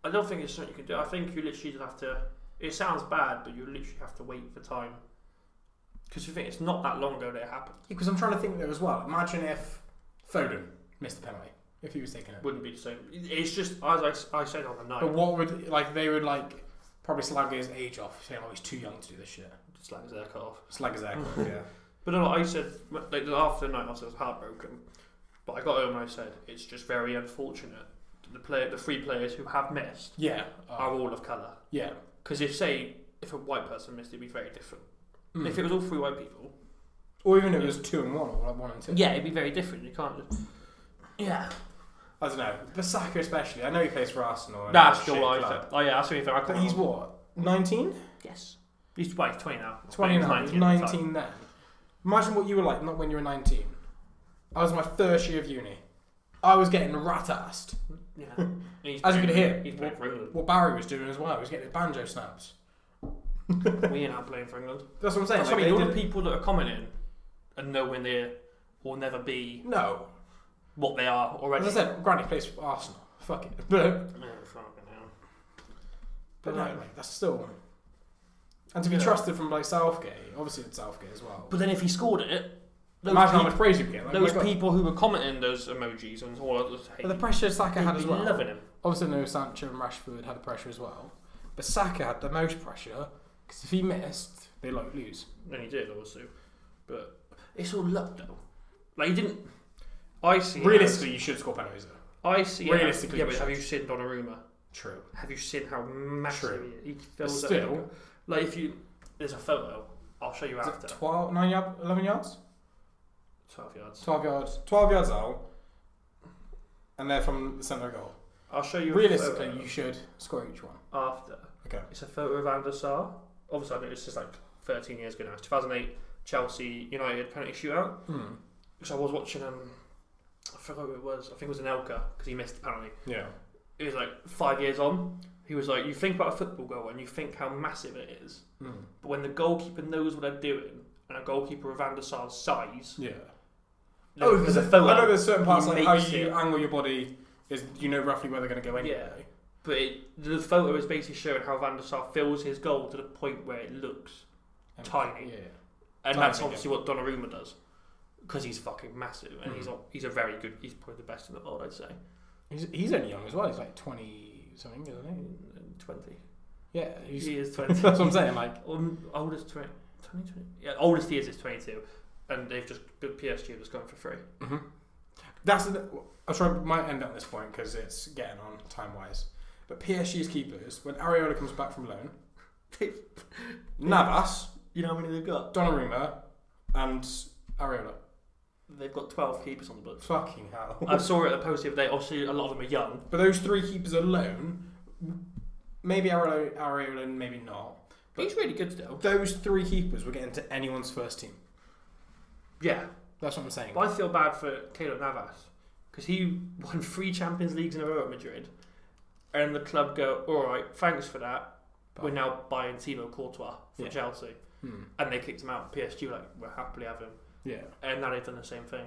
I don't think it's something you can do. I think you literally just have to. It sounds bad, but you literally have to wait for time. Because you think it's not that long ago that it happened. Because I'm trying to think there as well. Imagine if Foden missed the penalty if he was taking it. Wouldn't be the same. It's just as I, s- I said on the night. But what would like they would like probably slag his age off, saying oh he's too young to do this shit. Just like his hair cut off. Slag his egg off. Yeah. But no, I said like after the night, I was heartbroken. But I got home and I said it's just very unfortunate. that The player, the three players who have missed Yeah. are Uh, all of colour. yeah. Because if say if a white person missed, it'd be very different. If it was all three white people, Or even if it was two and one or like one and two. yeah, it'd be very different. You can't. Just, yeah. I don't know. But Saka especially. I know he plays for Arsenal. and That's shit your life. club. Oh yeah, that's the only thing I But can. he's what? 19? yes. He's well, he's twenty now. 29. He was 19 at the 19 then. Imagine what you were like not when you were 19. I was my first year of uni. I was getting rat-assed. time. Yeah. He's As you can hear. he's playing for England. What Barry was doing as well. He was getting banjo snaps. we are now playing for England. That's what I'm saying. That's like, what I they mean. All the did- people that are commenting and know when they will never be No. what they are already. As I said, Granny plays for Arsenal. Fuck it. But, Oh, fucking hell. but no, like, that's still... And to be Yeah. trusted from like Southgate. Obviously it's Southgate as well. But then if he scored it, those, Imagine how peop- much praise you'd get. Like, those my God. people who were commenting those emojis and all that, just But hate, the pressure Saka had they'd as be well. loving him. Obviously, no Sancho and Rashford had the pressure as well, but Saka had the most pressure because if he missed, they like lose. And he did, also. But it's all luck, though. Like, he didn't. I see. it as- Realistically, you should score penalties. Though. I see. Realistically, yeah, you but have should. you seen Donnarumma? True. Have you seen how massive True. he, he But fills up? still, Like if you, there's a photo. I'll show you is after. it 12, 9 yard, 11 yards, Twelve yards. twelve yards, twelve yards out, and they're from the centre of goal. I'll show you. a Realistically, photo you should score each one. after. Okay. It's a photo of Anders Sar. Obviously, I know this is like 13 years ago now. It's 2008 Chelsea United penalty shootout. Hmm. Because I was watching um, I forgot who it was. I think it was an Elka because he missed the penalty. Yeah. It was like five years on. He was like, you think about a football goal and you think how massive it is, Hmm. but when the goalkeeper knows what they're doing and a goalkeeper of Anders Sar's size Yeah. No, oh, because I know there's certain parts like how you angle your body is you know roughly where they're going to go anyway. Yeah. But it, the photo is basically showing how Van der Sar fills his goal to the point where it looks, And- Tiny. Um, Yeah. and Tiny, that's yeah. obviously what Donnarumma does, because he's fucking massive and he's Mhm. a, he's a very good. He's probably the best in the world, I'd say. He's, he's only young as well. He's like twenty something, isn't he? Twenty. Yeah, he's, He is that's twenty. what I'm saying. Like, Um, oldest twenty. 20, 20. Yeah, oldest he is is twenty-two, and they've just the PSG have just gone for free. that's the, I'm sure I might end at this point because it's getting on time wise. But PSG's keepers, when Ariola comes back from loan, Navas, you know how many they've got? Donnarumma, and Ariola. They've got twelve keepers on the books. Fucking hell! I saw it at the post the other day. Obviously, a lot of them are young. but those three keepers alone, maybe Ariola, Ariola, and maybe not. But he's really good still. Those three keepers were getting to anyone's first team. Yeah, That's what I'm saying. But I feel bad for Caleb Navas because he won three Champions Leagues in a row at Madrid, and the club go, "All right, thanks for that. We're now buying Thibaut Courtois from Yeah. Chelsea," Hmm. and they kicked him out. PSG were like, "We'll happily have him," Yeah. and now they've done the same thing.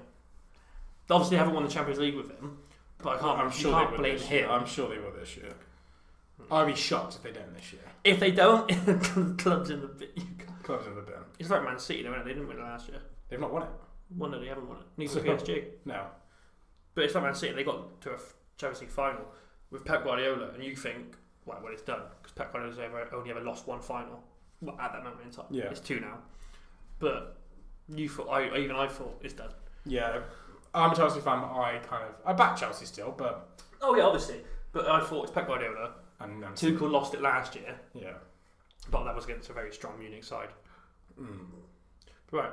They obviously haven't won the Champions League with him, But I can't, I'm sure you can't they will blame this year. him. I'm sure they will this year. Hmm. I'd be shocked if they don't this year. If they don't, the club's in the bit. You can't. Clubs in the bin. It's like Man City, though, isn't it? They didn't win it last year. They've not won it. Well, no, they haven't won it. Neither have PSG. No. But it's like Man City, they got to a f- Champions League final with Pep Guardiola, and you think, well, well it's done, because Pep Guardiola's ever, only ever lost one final well, at that moment in time. Yeah. It's two now. But you thought, I, even I thought, it's done. Yeah. I'm a Chelsea fan. but I kind of I back Chelsea still, but Oh, yeah, obviously. But I thought it's Pep Guardiola. and um, Tuchel lost it last year, Yeah. but that was against a very strong Munich side. Right.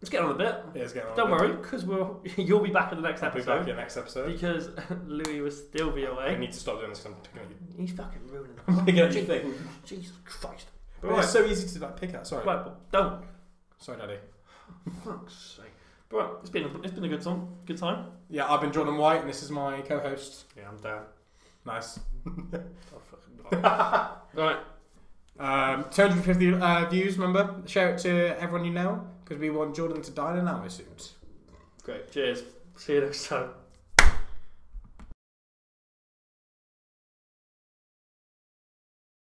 Let's get on a bit. It is Hmm. getting on Don't a bit. worry, because we'll, you'll be back in the next I'll be back in episode. the next episode. Because Louis will still be I away. need to stop doing this. 'cause I'm picking at you. He's fucking ruining the I'm picking at you thing. Jesus Christ. But it's so easy to like pick at. Sorry. Right, well, don't. Sorry, Daddy. Fuck's sake. Right, it's been a, it's been a good time. Good time. Yeah, I've been Jordan White, and this is my co-host. Yeah, I'm down. Nice. Oh, fucking right. Um, 250 uh, views, remember? Share it to everyone you know because we want Jordan to die in an hour soon. Great. Cheers. See you next time.